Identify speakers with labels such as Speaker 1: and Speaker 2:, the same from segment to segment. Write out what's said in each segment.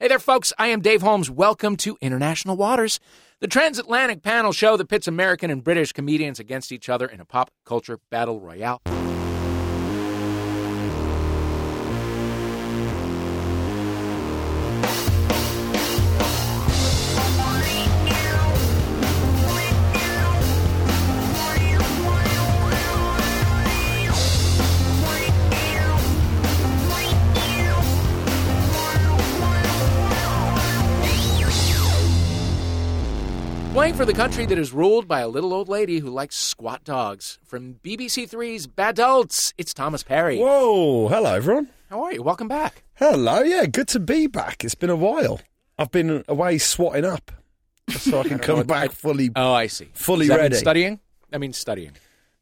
Speaker 1: Hey there, folks. I am Dave Holmes. Welcome to International Waters, the transatlantic panel show that pits American and British comedians against each other in a pop culture battle royale. Playing for the country that is ruled by a little old lady who likes squat dogs. From BBC 3's Badults, it's Thomas Perry.
Speaker 2: Whoa! Hello, everyone.
Speaker 1: How are you? Welcome back.
Speaker 2: Hello. Yeah, good to be back. It's been a while. I've been away swatting up, so I can come back fully.
Speaker 1: Oh, I see.
Speaker 2: Fully
Speaker 1: Does that
Speaker 2: ready.
Speaker 1: Mean studying? That means studying.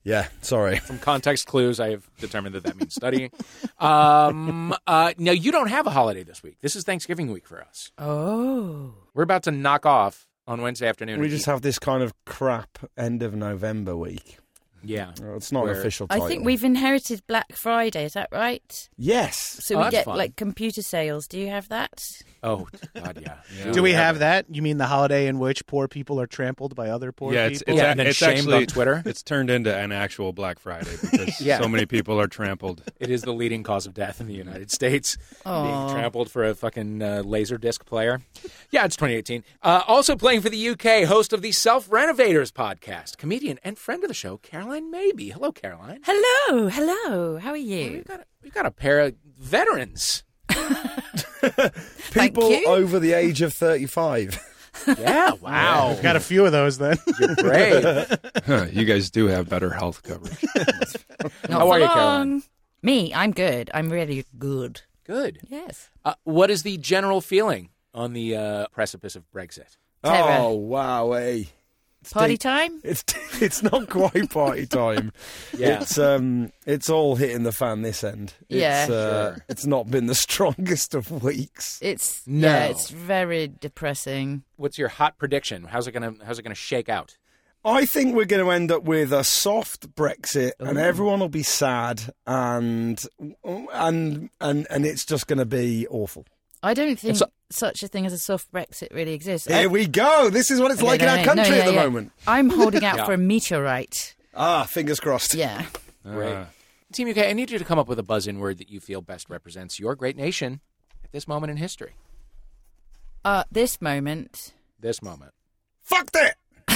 Speaker 2: yeah. Sorry.
Speaker 1: From context clues, I have determined that that means studying. Um, uh, now, you don't have a holiday this week. This is Thanksgiving week for us.
Speaker 3: Oh.
Speaker 1: We're about to knock off on Wednesday afternoon.
Speaker 2: We just have this kind of crap end of November week.
Speaker 1: yeah.
Speaker 2: Well, It's not
Speaker 1: Where-
Speaker 2: an official.
Speaker 3: I
Speaker 2: Title.
Speaker 3: think we've inherited Black Friday, is that right?
Speaker 2: Yes.
Speaker 3: So
Speaker 1: Oh,
Speaker 3: we
Speaker 1: that's
Speaker 3: get
Speaker 1: fun.
Speaker 3: like computer sales. Do you have that?
Speaker 1: Oh God, yeah. Yeah.
Speaker 4: Do we have that? You mean the holiday in which poor people are trampled by other poor
Speaker 5: yeah, it's,
Speaker 4: people?
Speaker 5: it's,
Speaker 1: Yeah,
Speaker 5: a-
Speaker 1: and then
Speaker 5: it's
Speaker 1: shamed
Speaker 5: actually
Speaker 1: on Twitter.
Speaker 5: It's turned into an actual Black Friday because
Speaker 1: Yeah.
Speaker 5: so many people are trampled.
Speaker 1: It is the leading cause of death in the United States. Being
Speaker 3: Aw.
Speaker 1: trampled for a fucking uh, laser disc player. Yeah, it's 2018. Uh, also playing for the UK, host of the Self Renovators podcast, comedian and friend of the show, Caroline Maybe. Hello, Caroline.
Speaker 3: Hello, hello. How are you?
Speaker 1: We've got a, we've got a pair of veterans.
Speaker 3: Thank
Speaker 2: People
Speaker 3: you.
Speaker 2: over the age of thirty-five.
Speaker 1: Yeah,
Speaker 4: Wow,
Speaker 1: wow.
Speaker 4: we've got a few of those then.
Speaker 1: Brave.
Speaker 5: Huh, you guys do have better health coverage.
Speaker 3: Not
Speaker 1: How
Speaker 3: for
Speaker 1: are you, Caroline?
Speaker 3: long. Me, I'm good. I'm really good.
Speaker 1: Good.
Speaker 3: Yes.
Speaker 1: Uh, what is the general feeling on the uh, precipice of Brexit?
Speaker 3: Terror.
Speaker 2: Oh wow! Hey. It's
Speaker 3: Party
Speaker 2: deep.
Speaker 3: time?
Speaker 2: It's it's not quite party time.
Speaker 1: Yeah.
Speaker 2: It's um it's all hitting the fan this end. It's,
Speaker 3: Yeah.
Speaker 2: uh,
Speaker 1: Sure.
Speaker 2: It's not been the strongest of weeks.
Speaker 3: It's
Speaker 1: No.
Speaker 3: yeah, it's very depressing.
Speaker 1: What's your hot prediction? How's it gonna How's it gonna shake out?
Speaker 2: I think we're going to end up with a soft Brexit, and everyone will be sad, and and and and it's just going to be awful.
Speaker 3: I don't think
Speaker 1: It's a-
Speaker 3: such a thing as a soft Brexit really exists. I-
Speaker 2: Here we go. This is what it's
Speaker 3: No,
Speaker 2: like
Speaker 3: no,
Speaker 2: in our
Speaker 3: no, no,
Speaker 2: country
Speaker 3: yeah,
Speaker 2: at the
Speaker 3: yeah.
Speaker 2: moment.
Speaker 3: I'm holding out
Speaker 1: Yeah.
Speaker 3: for a meteorite.
Speaker 2: Ah, fingers crossed.
Speaker 3: Yeah.
Speaker 5: Uh-huh. Ah,
Speaker 1: Right. Team UK, I need you to come up with a buzz in word that you feel best represents your great nation at this moment in history.
Speaker 3: Uh, this moment,
Speaker 1: This moment.
Speaker 2: Fuck that.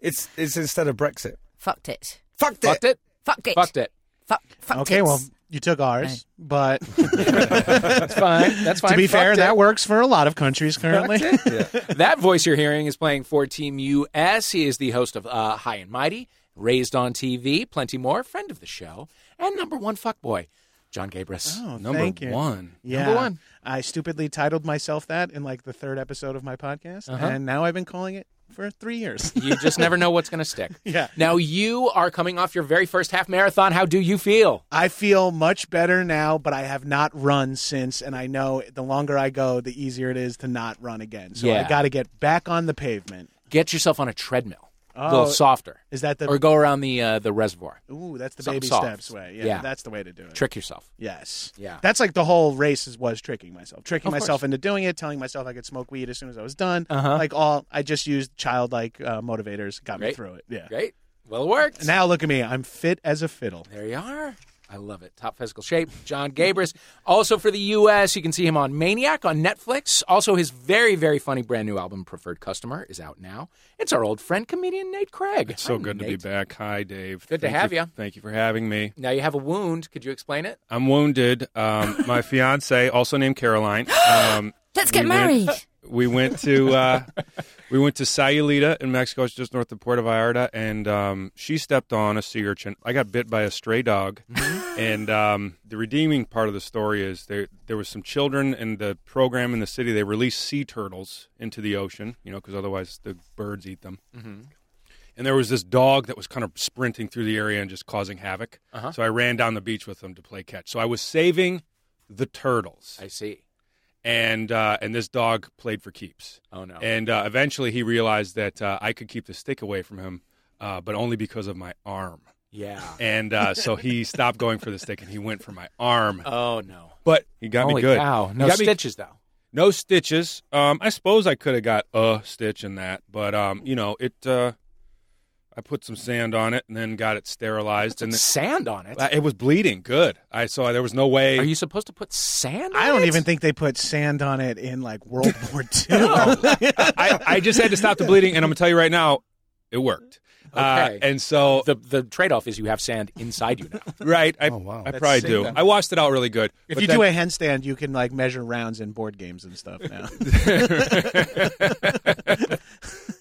Speaker 2: it's it's instead of Brexit.
Speaker 3: fucked it.
Speaker 2: Fuck that.
Speaker 1: Fucked it?
Speaker 3: Fucked it.
Speaker 1: Fucked it.
Speaker 3: Fuck, fucked
Speaker 4: okay,
Speaker 3: it.
Speaker 4: well, you took ours, but to
Speaker 1: That's fine. That's fine.
Speaker 4: be fair,
Speaker 1: Fucked
Speaker 4: that
Speaker 1: it.
Speaker 4: works for a lot of countries currently.
Speaker 1: that voice you're hearing is playing for Team US. He is the host of uh, High and Mighty, Raised on TV, Plenty More, friend of the show, and number one fuckboy, John Gabris.
Speaker 4: Oh,
Speaker 5: Number
Speaker 4: thank you.
Speaker 5: one.
Speaker 4: Yeah.
Speaker 1: Number one.
Speaker 4: I stupidly titled myself that in like the third episode of my podcast,
Speaker 1: Uh-huh.
Speaker 4: and now I've been calling it for three years.
Speaker 1: You just never know what's going to stick.
Speaker 4: Yeah.
Speaker 1: Now you are coming off your very first half marathon. How do you feel?
Speaker 4: I feel much better now, but I have not run since, and I know the longer I go, the easier it is to not run again. So
Speaker 1: Yeah.
Speaker 4: I got to get back on the pavement.
Speaker 1: Get yourself on a treadmill, a little
Speaker 4: Oh,
Speaker 1: softer,
Speaker 4: Is that the
Speaker 1: or go around the uh, the reservoir.
Speaker 4: Ooh, that's the
Speaker 1: Something
Speaker 4: baby
Speaker 1: soft.
Speaker 4: steps way. Yeah,
Speaker 1: Yeah.
Speaker 4: that's the way to do it.
Speaker 1: Trick yourself.
Speaker 4: yes.
Speaker 1: Yeah.
Speaker 4: That's like the whole race is, was tricking myself, tricking
Speaker 1: Of course. Uh-huh.
Speaker 4: myself into doing it, telling myself I could smoke weed as soon as I was done. Like all, I just used childlike uh, motivators, got
Speaker 1: Great.
Speaker 4: me through it. Yeah.
Speaker 1: Great. Well, it worked.
Speaker 4: Now look at me, I'm fit as a fiddle.
Speaker 1: There you are. I love it. Top physical shape, John Gabris. Also for the U.S., you can see him on Maniac on Netflix. Also, his very, very funny brand new album, Preferred Customer, is out now. It's our old friend, comedian Nate Craig.
Speaker 5: It's so
Speaker 1: Hi,
Speaker 5: good to be
Speaker 1: Nate.
Speaker 5: back. Hi, Dave.
Speaker 1: Good to
Speaker 5: Thank
Speaker 1: have ya.
Speaker 5: Thank you for having me.
Speaker 1: Now you have a wound. Could you explain it?
Speaker 5: I'm wounded. Um, my fiance, also named Caroline. Um,
Speaker 3: Let's get
Speaker 5: we went-
Speaker 3: married.
Speaker 5: we went to uh, we went to Sayulita in Mexico, it's just north of Puerto Vallarta, and um, she stepped on a sea urchin. I got bit by a stray dog, and um, the redeeming part of the story is there there was some children in the program in the city. They released sea turtles into the ocean, you know, because otherwise the birds eat them. And there was this dog that was kind of sprinting through the area and just causing havoc. So I ran down the beach with them to play catch. So I was saving the turtles
Speaker 1: I see.
Speaker 5: and uh, and this dog played for keeps.
Speaker 1: Oh, no.
Speaker 5: And uh, eventually, he realized that uh, I could keep the stick away from him, uh, but only because of my arm.
Speaker 1: Yeah.
Speaker 5: And uh, so he stopped going for the stick, and he went for my arm.
Speaker 1: Oh, no.
Speaker 5: But he got me
Speaker 1: Holy
Speaker 5: good.
Speaker 1: cow.
Speaker 5: He
Speaker 1: No
Speaker 5: got me-
Speaker 1: stitches, though.
Speaker 5: no stitches. Um, I suppose I could have got a stitch in that, but um, you know, it. Uh, I put some sand on it and then got it sterilized, and
Speaker 1: sand on it.
Speaker 5: it, it was bleeding good. I saw there was no way.
Speaker 1: Are you supposed to put sand on
Speaker 4: I don't
Speaker 1: it?
Speaker 4: even think they put sand on it in like World War II.
Speaker 5: I, I just had to stop the bleeding, and I'm gonna tell you right now, it worked. Uh,
Speaker 1: Okay.
Speaker 5: and so
Speaker 1: The, the trade off is you have sand inside you now.
Speaker 5: right,
Speaker 4: Oh,
Speaker 5: I,
Speaker 2: wow.
Speaker 5: I
Speaker 2: That's
Speaker 5: probably
Speaker 4: sick,
Speaker 5: do.
Speaker 4: though.
Speaker 5: I washed it out really good.
Speaker 4: if
Speaker 5: But
Speaker 4: you
Speaker 5: then-
Speaker 4: do a handstand, you can like measure rounds in board games and stuff now.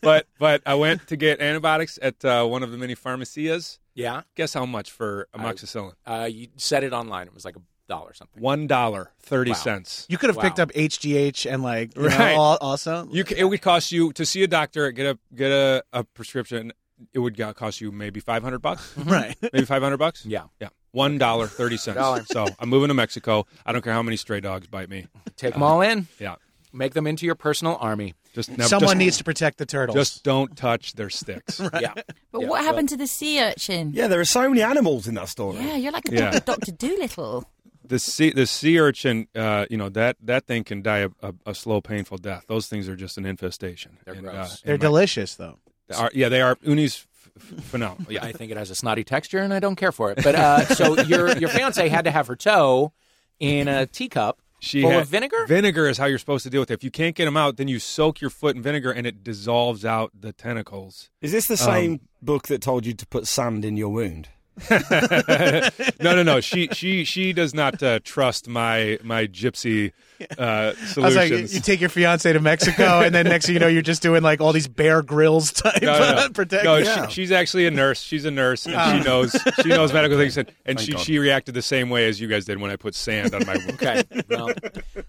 Speaker 5: but but I went to get antibiotics at uh, one of the many pharmacias.
Speaker 1: yeah.
Speaker 5: Guess how much for amoxicillin?
Speaker 1: Uh, you said it online. It was like a dollar something.
Speaker 5: One dollar thirty cents.
Speaker 4: You could have picked
Speaker 1: Wow.
Speaker 4: up HGH and like you
Speaker 5: Right.
Speaker 4: know, al- also
Speaker 5: You ca- it would cost you to see a doctor, get a get a, a prescription. It would go- cost you maybe five hundred bucks,
Speaker 4: right.
Speaker 5: maybe five hundred bucks.
Speaker 1: Yeah.
Speaker 5: yeah, one dollar thirty cents. so I'm moving to Mexico. I don't care how many stray dogs bite me.
Speaker 1: Take them all in,
Speaker 5: Yeah,
Speaker 1: make them into your personal army.
Speaker 5: just never,
Speaker 4: Someone
Speaker 5: just,
Speaker 4: needs to protect the turtles.
Speaker 5: Just don't touch their sticks.
Speaker 1: Yeah.
Speaker 3: But
Speaker 1: Yeah,
Speaker 3: what
Speaker 1: so-
Speaker 3: happened to the sea urchin?
Speaker 2: Yeah, there are so many animals in that story.
Speaker 3: Yeah, you're like a
Speaker 5: Yeah.
Speaker 3: Doctor Doolittle.
Speaker 5: The sea, the sea urchin, uh, you know that that thing can die a, a, a slow, painful death. Those things are just an infestation.
Speaker 1: They're
Speaker 5: And, and
Speaker 1: gross.
Speaker 4: They're
Speaker 5: my-
Speaker 4: delicious though.
Speaker 5: are- yeah, they are unis f- f- phenomenal. Yeah,
Speaker 1: I think it has a snotty texture and I don't care for it. But uh, so your your fiance had to have her toe in a teacup
Speaker 5: she
Speaker 1: full
Speaker 5: had-
Speaker 1: of vinegar?
Speaker 5: Vinegar is how you're supposed to deal with it. If you can't get them out, then you soak your foot in vinegar, and it dissolves out the tentacles.
Speaker 2: Is this
Speaker 3: Um,
Speaker 2: the same book that told you to put sand in your wound?
Speaker 5: No, no, no. She she she does not uh, trust my my gypsy uh,
Speaker 4: I was like, you
Speaker 5: solutions.
Speaker 4: you take your fiance to Mexico, and then next thing you know, you're just doing like all these Bear Grylls type
Speaker 5: no, no, no.
Speaker 4: protect.
Speaker 5: No,
Speaker 2: Yeah.
Speaker 5: she, she's actually a nurse. She's a nurse, and she
Speaker 1: Oh.
Speaker 5: knows she knows medical things. And, and she,
Speaker 2: God.
Speaker 5: she reacted the same way as you guys did when I put sand on my wound.
Speaker 1: Okay. Well,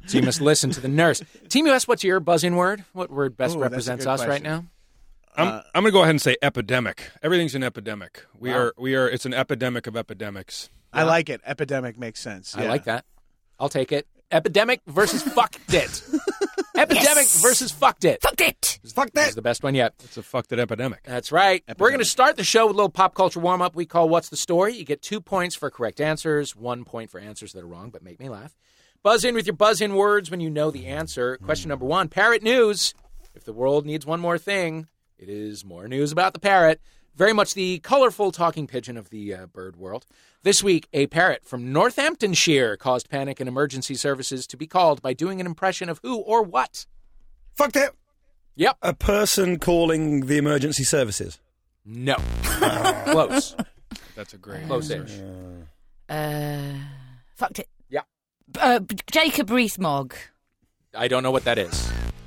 Speaker 1: so you must listen to the nurse. Team US, what's your buzzing word? What word best
Speaker 4: Ooh, that's a
Speaker 1: represents
Speaker 4: good
Speaker 1: us right
Speaker 4: question.
Speaker 1: now?
Speaker 5: I'm, I'm gonna go ahead and say epidemic. Everything's an epidemic. We
Speaker 1: Uh, Wow.
Speaker 5: are we are. It's an epidemic of epidemics.
Speaker 4: I like it. Epidemic makes sense.
Speaker 1: I
Speaker 4: Yeah.
Speaker 1: like that. I'll take it. Epidemic versus fucked it. Epidemic
Speaker 3: Yes.
Speaker 1: versus fucked it.
Speaker 3: Fucked it.
Speaker 2: Fuck
Speaker 1: That was the best one yet.
Speaker 5: It's a fucked up epidemic.
Speaker 1: That's right. We're going to start the show with a little pop culture warm up we call What's the Story? You get two points for correct answers, one point for answers that are wrong but make me laugh. Buzz in with your buzz in words when you know the answer. Question number one Parrot News. If the world needs one more thing, it is more news about the parrot. Very much the colorful talking pigeon of the uh, bird world. This week, a parrot from Northamptonshire caused panic in emergency services to be called by doing an impression of who or what.
Speaker 2: Fuck that.
Speaker 1: Yep.
Speaker 2: A person calling the emergency services.
Speaker 1: No. Close.
Speaker 5: That's a great.
Speaker 1: Close
Speaker 5: answer.
Speaker 1: ish.
Speaker 3: Uh, fucked it.
Speaker 1: Yeah.
Speaker 3: Uh, B- Jacob Rees-Mogg.
Speaker 1: I don't know what that is.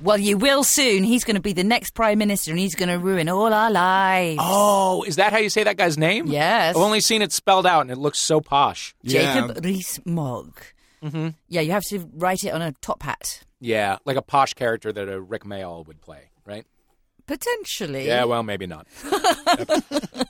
Speaker 3: Well, you will soon. He's going to be the next prime minister, and he's going to ruin all our lives.
Speaker 1: Oh, is that how you say that guy's name?
Speaker 3: Yes.
Speaker 1: I've Oh, only seen it spelled out, and it looks so posh.
Speaker 3: Jacob Rees-Mogg. Mm-hmm. Yeah, you have to write it on a top hat.
Speaker 1: Yeah, like a posh character that a Rick Mayall would play, right?
Speaker 3: Potentially.
Speaker 1: Yeah, well, maybe not.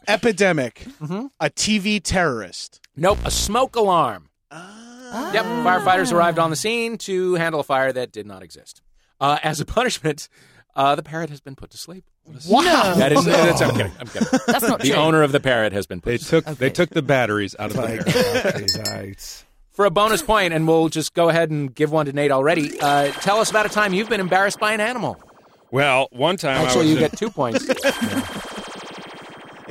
Speaker 4: Epidemic. Mm-hmm. A TV terrorist.
Speaker 1: Nope, a smoke alarm. Yep, firefighters arrived on the scene to handle a fire that did not exist. Uh, as a punishment, uh, the parrot has been put to sleep.
Speaker 3: Wow.
Speaker 1: That is, that's, I'm kidding. I'm kidding.
Speaker 3: That's not
Speaker 1: The
Speaker 3: true.
Speaker 1: owner of the parrot has been put
Speaker 5: They
Speaker 1: to sleep.
Speaker 5: took they took the batteries out of the
Speaker 2: Like,
Speaker 5: air.
Speaker 2: out.
Speaker 1: For a bonus point, and we'll just go ahead and give one to Nate already, uh, tell us about a time you've been embarrassed by an animal.
Speaker 5: Well, one time I was
Speaker 1: Actually, you
Speaker 5: in-
Speaker 1: get two points.
Speaker 4: Does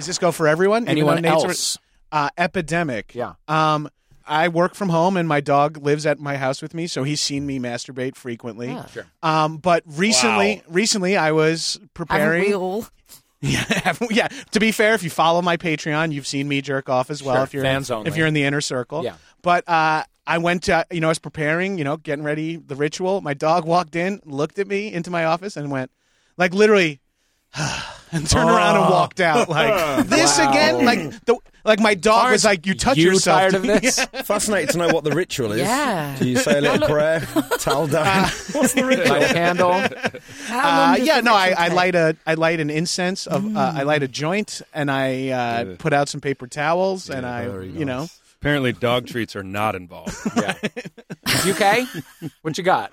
Speaker 4: this go for everyone? Even
Speaker 1: Anyone
Speaker 4: though Nate's-
Speaker 1: else?
Speaker 4: uh, epidemic.
Speaker 1: Yeah.
Speaker 4: Um, I work from home, and my dog lives at my house with me, so he's seen me masturbate frequently.
Speaker 3: Ah.
Speaker 1: Sure.
Speaker 4: Um, but recently,
Speaker 5: Wow.
Speaker 4: recently I was
Speaker 3: Haven't
Speaker 4: preparing.
Speaker 3: we all?
Speaker 4: Yeah, haven't- yeah. To be fair, if you follow my Patreon, you've seen me jerk off as well.
Speaker 1: Sure,
Speaker 4: If you're
Speaker 1: fans only.
Speaker 4: if you're in the inner circle,
Speaker 1: Yeah.
Speaker 4: But uh, I went to you know I was preparing, you know, getting ready the ritual. My dog walked in, looked at me into my office, and went like literally. And turned around
Speaker 1: Oh.
Speaker 4: and walked out like this again. Like the like my dog was like you touch
Speaker 1: you
Speaker 4: yourself.
Speaker 1: tired of this?
Speaker 2: Fascinating to know what the ritual is.
Speaker 3: Yeah.
Speaker 2: Do you say a little prayer? Towel down. Ah, What's the ritual?
Speaker 1: Light a candle.
Speaker 3: How long
Speaker 4: Uh,
Speaker 3: does
Speaker 4: yeah,
Speaker 3: it
Speaker 4: no, I, I
Speaker 3: actually take? Mm.
Speaker 4: light a I light an incense of uh, I light a joint and I uh, put out some paper towels and I you know
Speaker 5: Apparently, dog treats are not involved.
Speaker 1: Yeah. UK, what you got?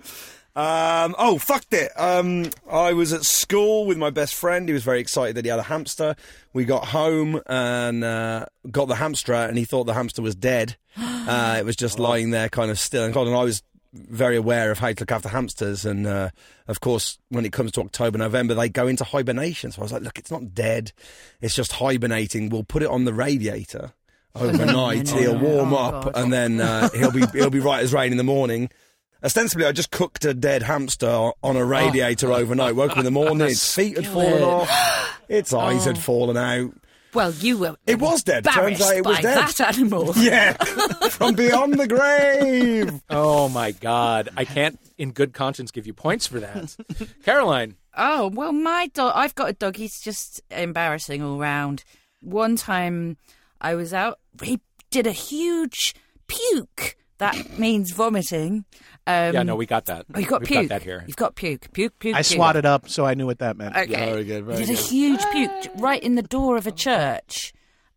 Speaker 2: Um, oh, fucked it. Um, I was at school with my best friend. He was very excited that he had a hamster. We got home and uh, got the hamster out, and he thought the hamster was dead. Uh, it was just lying there, kind of still and cold. And I was very aware of how to look after hamsters. And uh, of course, when it comes to October, November, they go into hibernation. So I was like, look, it's not dead; it's just hibernating. We'll put it on the radiator overnight.
Speaker 3: Oh,
Speaker 2: he'll
Speaker 3: no.
Speaker 2: warm
Speaker 3: Oh,
Speaker 2: up,
Speaker 3: God.
Speaker 2: and then uh, he'll be he'll be right as rain in the morning. Ostensibly, I just cooked a dead hamster on a radiator overnight. Woke up in the morning, its feet had fallen off, its eyes had fallen out.
Speaker 3: Well, you were
Speaker 2: It was dead. Turns
Speaker 3: embarrassed
Speaker 2: out it was
Speaker 3: by
Speaker 2: dead.
Speaker 3: that animal.
Speaker 2: Yeah, from beyond the grave.
Speaker 1: Oh my God! I can't, in good conscience, give you points for that, Caroline.
Speaker 3: Oh, well, my dog, I've got a dog. He's just embarrassing all round. One time I was out, he did a huge puke. That means vomiting. Um,
Speaker 1: Yeah, no, we got that.
Speaker 3: Oh, you got
Speaker 1: We've
Speaker 3: puke.
Speaker 1: that here.
Speaker 3: You've got puke. Puke, puke.
Speaker 4: I
Speaker 3: puke.
Speaker 4: swatted up, so I knew what that meant.
Speaker 3: Okay.
Speaker 2: very good, very
Speaker 3: he did
Speaker 2: good.
Speaker 3: a huge puke right in the door of a church.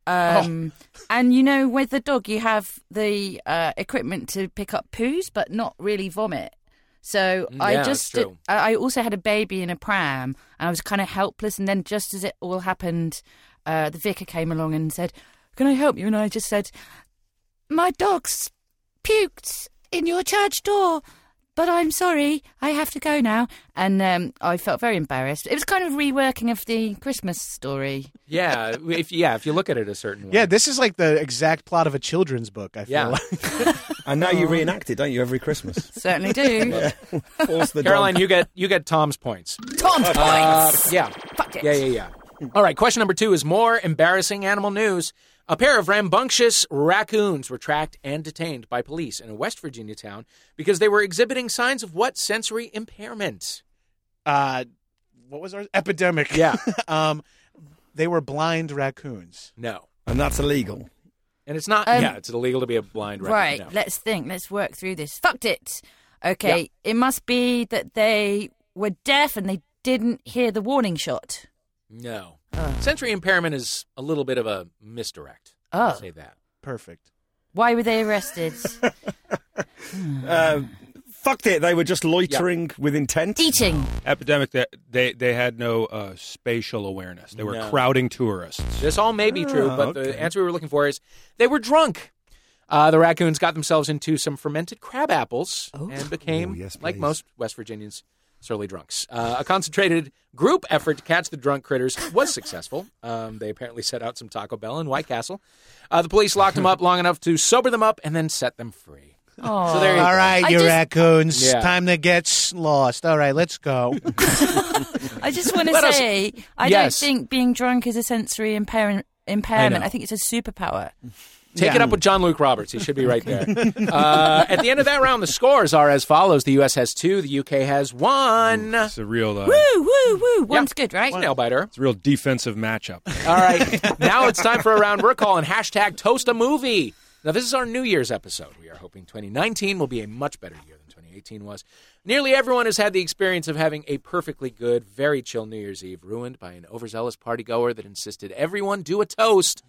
Speaker 3: Um, And you know, with the dog, you have the uh, equipment to pick up poos, but not really vomit. So I
Speaker 1: Mm, yeah,
Speaker 3: just,
Speaker 1: that's true.
Speaker 3: I I also had a baby in a pram, and I was kind of helpless. And then, just as it all happened, uh, the vicar came along and said, "Can I help you?" And I just said, "My dog's puked in your church door." But I'm sorry, I have to go now. And um, I felt very embarrassed. It was kind of reworking of the Christmas story.
Speaker 1: Yeah, if yeah, if you look at it a certain way.
Speaker 4: Yeah, this is like the exact plot of a children's book. I feel
Speaker 1: Yeah.
Speaker 4: like.
Speaker 2: And now you reenact it, don't you, every Christmas?
Speaker 3: Certainly do.
Speaker 2: Force the
Speaker 1: Caroline,
Speaker 2: dog.
Speaker 1: you get you get Tom's points.
Speaker 3: Tom
Speaker 1: Uh,
Speaker 3: points.
Speaker 1: yeah.
Speaker 3: Fuck it.
Speaker 1: Yeah, yeah, yeah. All right, question number two is more embarrassing animal news. A pair of rambunctious raccoons were tracked and detained by police in a West Virginia town because they were exhibiting signs of what sensory impairment?
Speaker 4: uh, what was our epidemic?
Speaker 1: Yeah.
Speaker 4: um, they were blind raccoons.
Speaker 1: No.
Speaker 2: And that's illegal.
Speaker 1: And it's not,
Speaker 3: Um,
Speaker 1: yeah, it's illegal to be a blind raccoon.
Speaker 3: Right.
Speaker 1: no.
Speaker 3: Let's think. Let's work through this. Fucked it. Okay. It must be that they were deaf and they didn't hear the warning shot.
Speaker 1: No.
Speaker 3: Uh.
Speaker 1: Sensory impairment is a little bit of a misdirect. I'll
Speaker 3: Oh.
Speaker 1: Say that.
Speaker 4: Perfect.
Speaker 3: Why were they arrested?
Speaker 2: Uh, fucked it. They were just loitering with intent.
Speaker 3: Eating.
Speaker 5: Epidemic that they they had no uh, spatial awareness. They were
Speaker 1: No.
Speaker 5: crowding tourists.
Speaker 1: This all may be true,
Speaker 2: Ah,
Speaker 1: but
Speaker 2: okay.
Speaker 1: the answer we were looking for is they were drunk. Uh, the raccoons got themselves into some fermented crab apples and became,
Speaker 2: Oh, yes,
Speaker 1: like
Speaker 2: please.
Speaker 1: most West Virginians, surly drunks. Uh, a concentrated group effort to catch the drunk critters was successful. Um, they apparently set out some Taco Bell in White Castle. Uh, the police locked them up long enough to sober them up and then set them free.
Speaker 3: Oh.
Speaker 1: So there you
Speaker 4: All
Speaker 1: go.
Speaker 4: right,
Speaker 3: I
Speaker 4: you
Speaker 3: just-
Speaker 4: raccoons.
Speaker 1: Yeah.
Speaker 4: Time to get s- lost. All right, let's go.
Speaker 3: I just want to
Speaker 1: Let us-
Speaker 3: say, I
Speaker 1: Yes.
Speaker 3: don't think being drunk is a sensory impair-
Speaker 1: I
Speaker 3: impairment.
Speaker 1: know.
Speaker 3: I, think it's a superpower.
Speaker 1: Take it
Speaker 4: Yeah.
Speaker 1: up with John Luke Roberts. He should be right there. uh, at the end of that round, the scores are as follows: the U.S. has two, the U.K. has one.
Speaker 5: It's a real uh,
Speaker 1: Mm-hmm.
Speaker 3: Woo, woo, woo. One's good, right?
Speaker 1: Nail biter.
Speaker 5: it's a real defensive matchup.
Speaker 1: All right. now it's time for a round we're calling hashtag toast a movie. Now, this is our New Year's episode. We are hoping 2019 will be a much better year than 2018 was. Nearly everyone has had the experience of having a perfectly good, very chill New Year's Eve ruined by an overzealous partygoer that insisted everyone do a toast.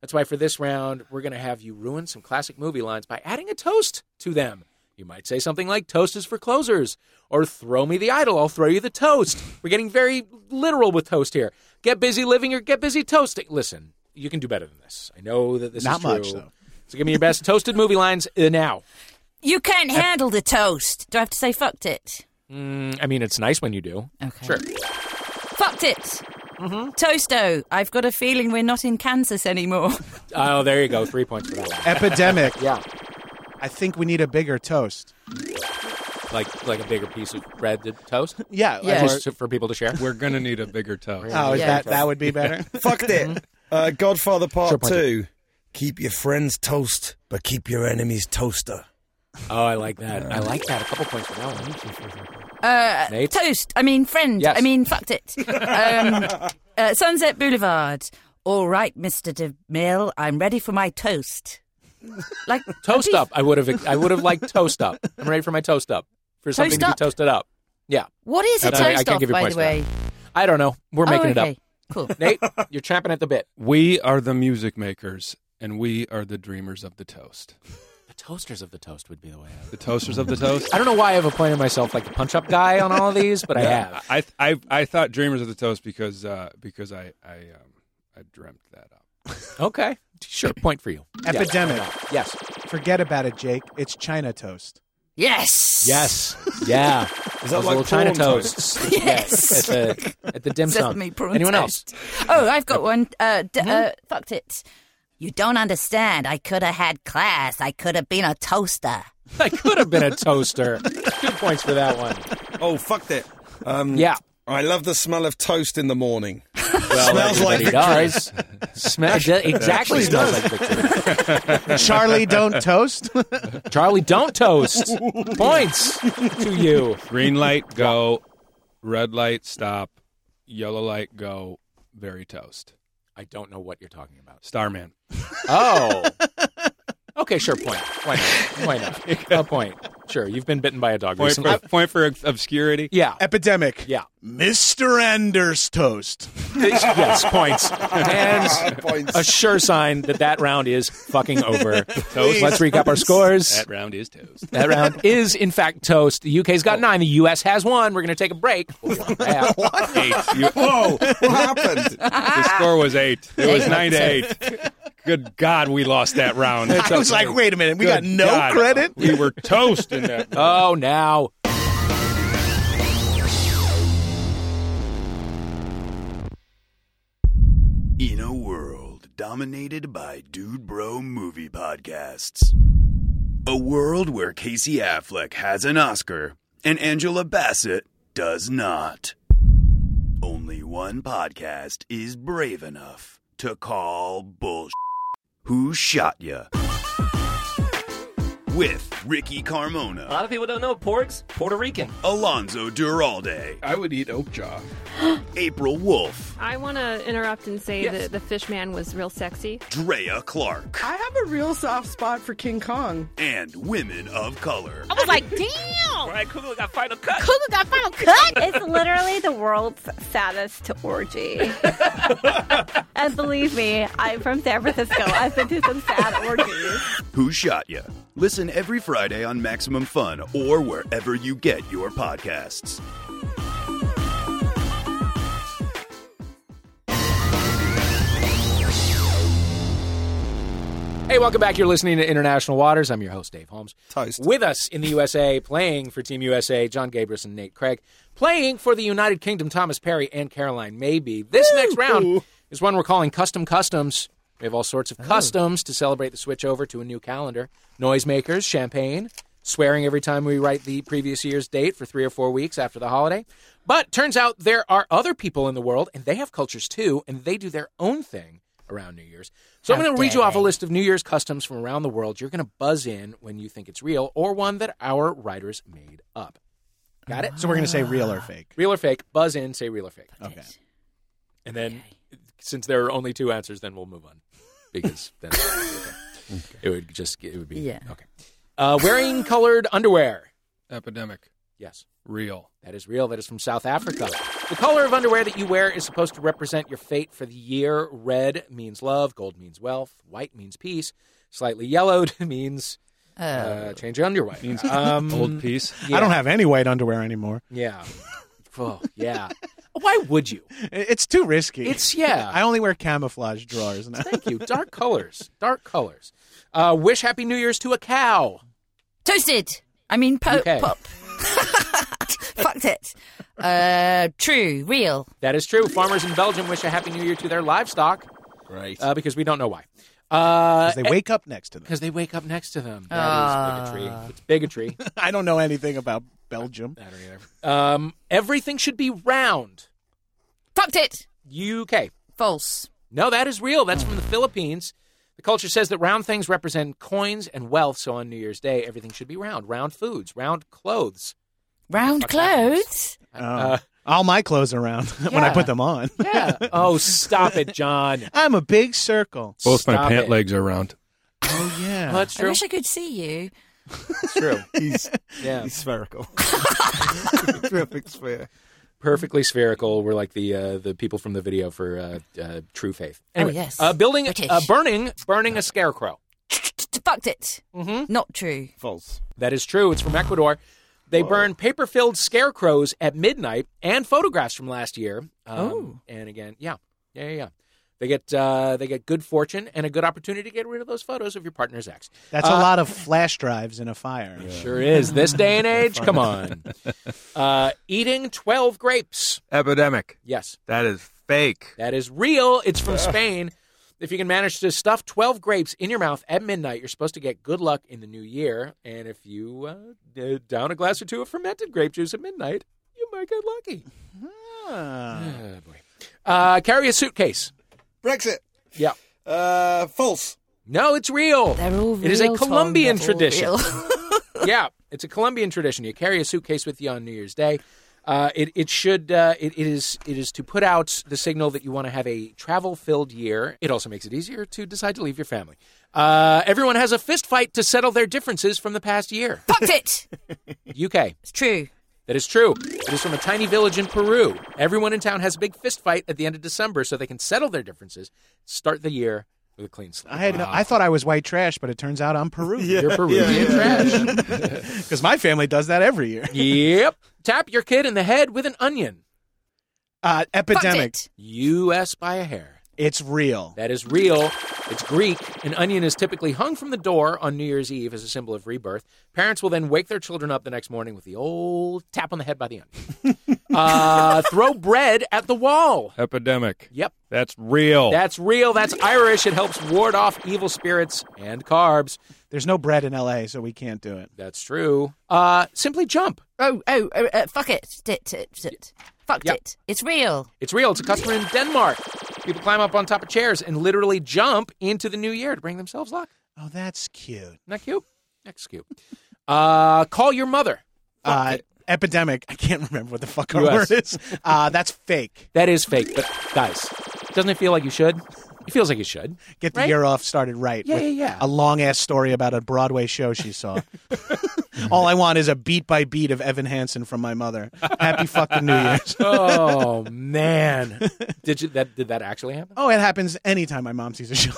Speaker 1: That's why for this round, we're going to have you ruin some classic movie lines by adding a toast to them. You might say something like, Toast is for closers, or Throw me the idol, I'll throw you the toast. We're getting very literal with toast here. Get busy living or get busy toasting. Listen, you can do better than this. I know that this
Speaker 4: Not
Speaker 1: is true.
Speaker 4: much, though.
Speaker 1: So give me your best toasted movie lines uh, now.
Speaker 3: You can't handle the toast. Do I have to say fucked it?
Speaker 1: Mm, I mean, it's nice when you do.
Speaker 3: Okay.
Speaker 1: Sure. Mm-hmm.
Speaker 3: Fucked it. Toasto, I've got a feeling we're not in Kansas anymore.
Speaker 1: Oh, there you go. Three points for that one.
Speaker 4: Epidemic.
Speaker 1: Yeah,
Speaker 4: I think we need a bigger toast.
Speaker 1: like like a bigger piece of bread to toast,
Speaker 4: Yeah. like
Speaker 3: Yeah.
Speaker 4: we're-
Speaker 1: just for people to share.
Speaker 5: We're gonna need a bigger toe.
Speaker 4: oh, is
Speaker 3: Yeah.
Speaker 4: that that would be better?
Speaker 2: Fucked it. Uh, Godfather
Speaker 1: Sure,
Speaker 2: Part
Speaker 1: Brendan.
Speaker 2: 2. Keep your friends toast, but keep your enemies toaster.
Speaker 1: Oh, I like that. I like that. A couple points for that one.
Speaker 3: Uh,
Speaker 1: Nate?
Speaker 3: toast, I mean friend,
Speaker 1: Yes.
Speaker 3: I mean fucked it. Um, uh, Sunset Boulevard. All right, Mr. DeMille, I'm ready for my toast. Like
Speaker 1: Toast
Speaker 3: beef-
Speaker 1: up. I would have. I would have liked toast up. I'm ready for my toast up. For something
Speaker 3: Toast
Speaker 1: to be
Speaker 3: up?
Speaker 1: toasted up. Yeah.
Speaker 3: What is a
Speaker 1: No, I- I
Speaker 3: toast
Speaker 1: can't
Speaker 3: off,
Speaker 1: give you
Speaker 3: by
Speaker 1: points
Speaker 3: the
Speaker 1: for that.
Speaker 3: way?
Speaker 1: I don't know. We're making
Speaker 3: oh,
Speaker 1: it
Speaker 3: okay.
Speaker 1: up.
Speaker 3: Cool.
Speaker 1: Nate, you're champing at the bit.
Speaker 5: We are the music makers, and we are the dreamers of the toast.
Speaker 1: The toasters of the toast would be the way. Out.
Speaker 5: The toasters of the toast.
Speaker 1: I don't know why I've appointed myself like the punch up guy on all of these, but I have.
Speaker 5: I, I I thought dreamers of the toast because uh, because I I um, I dreamt that up.
Speaker 1: Okay. Sure. Point for you.
Speaker 4: Epidemic.
Speaker 1: Yes. Yes.
Speaker 4: Forget about it, Jake. It's China toast.
Speaker 3: Yes.
Speaker 1: Yes. Yeah. Is
Speaker 2: that like
Speaker 1: little China
Speaker 2: prawn
Speaker 1: toasts?
Speaker 3: Yes.
Speaker 1: At the, at the dim sum.
Speaker 3: Sesame prawn
Speaker 1: Anyone else? Mm-hmm.
Speaker 3: toast. Oh, I've got one. Uh, d- uh, fucked it. You don't understand. I could have had class. I could have been a toaster.
Speaker 1: I could have been a toaster. Two points for that one.
Speaker 2: Oh, fucked it. Um,
Speaker 1: Yeah.
Speaker 2: I love the smell of toast in the morning.
Speaker 1: Well,
Speaker 2: Smells like
Speaker 1: everybody does. Smell, exactly smells like victory.
Speaker 4: Charlie, don't toast.
Speaker 1: Charlie, don't toast. Points to you.
Speaker 5: Green light, go. Red light, stop. Yellow light, go. Very toast.
Speaker 1: I don't know what you're talking about.
Speaker 5: Starman.
Speaker 1: Oh. Okay, sure. Point. Why not? Why not? A point. Sure. You've been bitten by a dog
Speaker 5: Point
Speaker 1: recently.
Speaker 5: for, point for obscurity.
Speaker 1: yeah.
Speaker 4: Epidemic.
Speaker 1: Yeah.
Speaker 4: Mr. Anders toast.
Speaker 1: yes. Points. And
Speaker 2: Points.
Speaker 1: a sure sign that that round is fucking over. Toast. Let's recap our scores.
Speaker 5: That round is toast.
Speaker 1: That round is, in fact, toast. The UK's got nine. The US has one. We're going to take a break. We'll be back.
Speaker 5: Eight. You-
Speaker 2: Whoa, what happened?
Speaker 5: the score was eight. It was
Speaker 3: Eight.
Speaker 5: nine to eight. Good God, we lost that round.
Speaker 4: I was like, wait a minute. We got
Speaker 5: Good
Speaker 4: no
Speaker 5: God.
Speaker 4: credit.
Speaker 5: We were toast in that.
Speaker 1: Oh, now.
Speaker 6: In a world dominated by dude bro movie podcasts. A world where Casey Affleck has an Oscar and Angela Bassett does not. Only one podcast is brave enough to call bullshit. Who shot ya? With Ricky
Speaker 7: A
Speaker 6: Carmona,
Speaker 7: lot of people don't know Porgs, Puerto Rican.
Speaker 6: Alonzo Duralde,
Speaker 5: I would eat oak jaw.
Speaker 6: April Wolf,
Speaker 8: I want to interrupt and say that the fish man was real sexy.
Speaker 6: Drea Clark,
Speaker 9: I have a real soft spot for King Kong.
Speaker 6: and women of color.
Speaker 10: I was like, damn!
Speaker 7: Right, Kugel got final cut.
Speaker 10: Cougar got final cut! It's literally the world's saddest orgy. and believe me, I'm from San Francisco. I've been to some sad orgies.
Speaker 6: Who Shot Ya? Listen every Friday on Maximum Fun or wherever you get your podcasts.
Speaker 1: Hey, welcome back. You're listening to International Waters. I'm your host, Dave Holmes.
Speaker 2: Toast.
Speaker 1: With us in the USA, playing for Team USA, John Gabris and Nate Craig. Playing for the United Kingdom, Thomas Perry and Caroline Maybe. This next round is one we're calling Custom Customs. We have all sorts of customs to celebrate the switch over to a new calendar. Noisemakers, champagne, swearing every time we write the previous year's date for three or four weeks after the holiday. But turns out there are other people in the world, and they have cultures too, and they do their own thing around New Year's. So I'm going to read you off a list of New Year's customs from around the world. You're going to buzz in when you think it's real or one that our writers made up. Got it?
Speaker 4: So we're going to say real or fake.
Speaker 1: Real or fake? Buzz in, say real or fake.
Speaker 4: Uh-huh. Okay.
Speaker 1: And then, since there are only two answers, then we'll move on because then it would just it would be
Speaker 3: Yeah.
Speaker 1: okay. Uh, wearing colored underwear.
Speaker 5: Epidemic.
Speaker 1: Yes,
Speaker 5: Real.
Speaker 1: that is real. That is from South Africa. The color of underwear that you wear is supposed to represent your fate for the year. Red means love. Gold means wealth. White means peace. Slightly yellowed means
Speaker 4: Oh.
Speaker 1: uh, change your underwear. um,
Speaker 5: Old piece.
Speaker 4: I don't have any white underwear anymore.
Speaker 1: yeah. Oh, yeah. Why would you?
Speaker 4: I- It's too risky.
Speaker 1: It's yeah.
Speaker 4: I only wear camouflage drawers now.
Speaker 1: Thank you. Dark colors. Dark colors. Uh, wish Happy New Year's to a cow.
Speaker 3: Toasted. I mean, po-
Speaker 1: Okay.
Speaker 3: pop. Fucked it. Uh, true. Real.
Speaker 1: That is true. Farmers in Belgium wish a Happy New Year to their livestock
Speaker 2: Great.
Speaker 1: uh, because we don't know why. Uh,
Speaker 4: eh, 'Cause they wake up next to them.
Speaker 1: because they wake up next to them. That is bigotry. It's bigotry.
Speaker 4: I don't know anything about Belgium.
Speaker 1: I don't either. Um, everything should be round.
Speaker 3: Fucked it.
Speaker 1: UK.
Speaker 3: False.
Speaker 1: No, that is real. That's from the Philippines. The culture says that round things represent coins and wealth, so on New Year's Day, everything should be round. Round foods, round clothes.
Speaker 3: Round
Speaker 1: Fuck happens.
Speaker 3: clothes.
Speaker 1: Uh,
Speaker 4: Um, All my clothes are round when I
Speaker 1: Yeah.
Speaker 4: put them on.
Speaker 1: yeah. Oh, stop it, John.
Speaker 4: I'm a big circle.
Speaker 5: Both my
Speaker 1: Stop
Speaker 5: pant
Speaker 1: it.
Speaker 5: legs are round.
Speaker 4: Oh yeah.
Speaker 1: Well, that's
Speaker 3: I
Speaker 1: true.
Speaker 3: wish I could see you.
Speaker 1: It's true.
Speaker 2: He's,
Speaker 1: Yeah.
Speaker 2: he's spherical. Perfect sphere.
Speaker 1: perfectly spherical. We're like the uh, the people from the video for uh, uh, True Faith.
Speaker 3: Oh,
Speaker 1: Anyway,
Speaker 3: yes.
Speaker 1: uh, building,
Speaker 3: British.
Speaker 1: uh, burning, burning a scarecrow.
Speaker 3: Fucked it.
Speaker 1: Mm-hmm.
Speaker 3: Not true.
Speaker 2: False.
Speaker 1: That is true. It's from Ecuador. They burn paper filled scarecrows at midnight and photographs from last year. Um,
Speaker 3: Oh.
Speaker 1: and again, yeah, yeah, yeah. yeah. They get uh, they get good fortune and a good opportunity to get rid of those photos of your partner's ex.
Speaker 4: That's
Speaker 1: Uh,
Speaker 4: a lot of flash drives in a fire.
Speaker 1: Sure is. This day and age, come on. Uh, eating 12 grapes.
Speaker 5: Epidemic.
Speaker 1: Yes,
Speaker 5: That is fake.
Speaker 1: that is real. It's from Spain. If you can manage to stuff 12 grapes in your mouth at midnight, you're supposed to get good luck in the new year. And if you uh, d- down a glass or two of fermented grape juice at midnight, you might get lucky.
Speaker 4: Ah.
Speaker 1: Oh, boy. Uh, carry a suitcase.
Speaker 2: Brexit.
Speaker 1: Yeah.
Speaker 2: Uh, false.
Speaker 1: No, it's real.
Speaker 3: They're all
Speaker 1: It is a
Speaker 3: real, Tom.
Speaker 1: Colombian
Speaker 3: They're all
Speaker 1: tradition.
Speaker 3: real.
Speaker 1: yeah, it's a Colombian tradition. You carry a suitcase with you on New Year's Day. Uh, it it should uh, it, it is it is to put out the signal that you want to have a travel filled year. It also makes it easier to decide to leave your family. Uh, everyone has a fist fight to settle their differences from the past year.
Speaker 3: Fucked it.
Speaker 1: UK.
Speaker 3: It's true.
Speaker 1: That is true. It is from a tiny village in Peru. Everyone in town has a big fist fight at the end of December so they can settle their differences, start the year with a clean slate.
Speaker 4: I had no, I thought I was white trash, but it turns out I'm Peruvian
Speaker 1: You're Peruvian trash.
Speaker 4: because my family does that every year.
Speaker 1: yep. Tap your kid in the head with an onion.
Speaker 4: Uh, epidemic.
Speaker 3: Fucked it.
Speaker 1: U.S. by a hair.
Speaker 4: It's real.
Speaker 1: That is real. It's Greek. An onion is typically hung from the door on New Year's Eve as a symbol of rebirth. Parents will then wake their children up the next morning with the old tap on the head by the onion. uh, throw bread at the wall.
Speaker 5: Epidemic.
Speaker 1: Yep.
Speaker 5: That's real.
Speaker 1: That's real. That's Irish. It helps ward off evil spirits and carbs.
Speaker 4: There's no bread in LA, so we can't do it.
Speaker 1: That's true. Uh, simply jump.
Speaker 3: Oh, oh, oh uh, fuck it. Tit, tit, tit. Fucked
Speaker 1: Yep.
Speaker 3: it. It's real.
Speaker 1: It's real. It's a customer in Denmark. People climb up on top of chairs and literally jump into the new year to bring themselves luck.
Speaker 4: Oh, that's cute.
Speaker 1: Not cute. Next cute. Uh, call your mother.
Speaker 4: Uh, epidemic. I can't remember what the fuck our
Speaker 1: US.
Speaker 4: word is. Uh, that's fake.
Speaker 1: That is fake, but guys, doesn't it feel like you should? It feels like you should.
Speaker 4: Get the
Speaker 1: Right?
Speaker 4: year off started right.
Speaker 1: Yeah,
Speaker 4: with
Speaker 1: yeah, yeah.
Speaker 4: A long ass story about a Broadway show she saw. All I want is a beat by beat of Evan Hansen from my mother. Happy fucking New Year's.
Speaker 1: Oh man, did you that? Did that actually happen?
Speaker 4: Oh, it happens anytime my mom sees a show,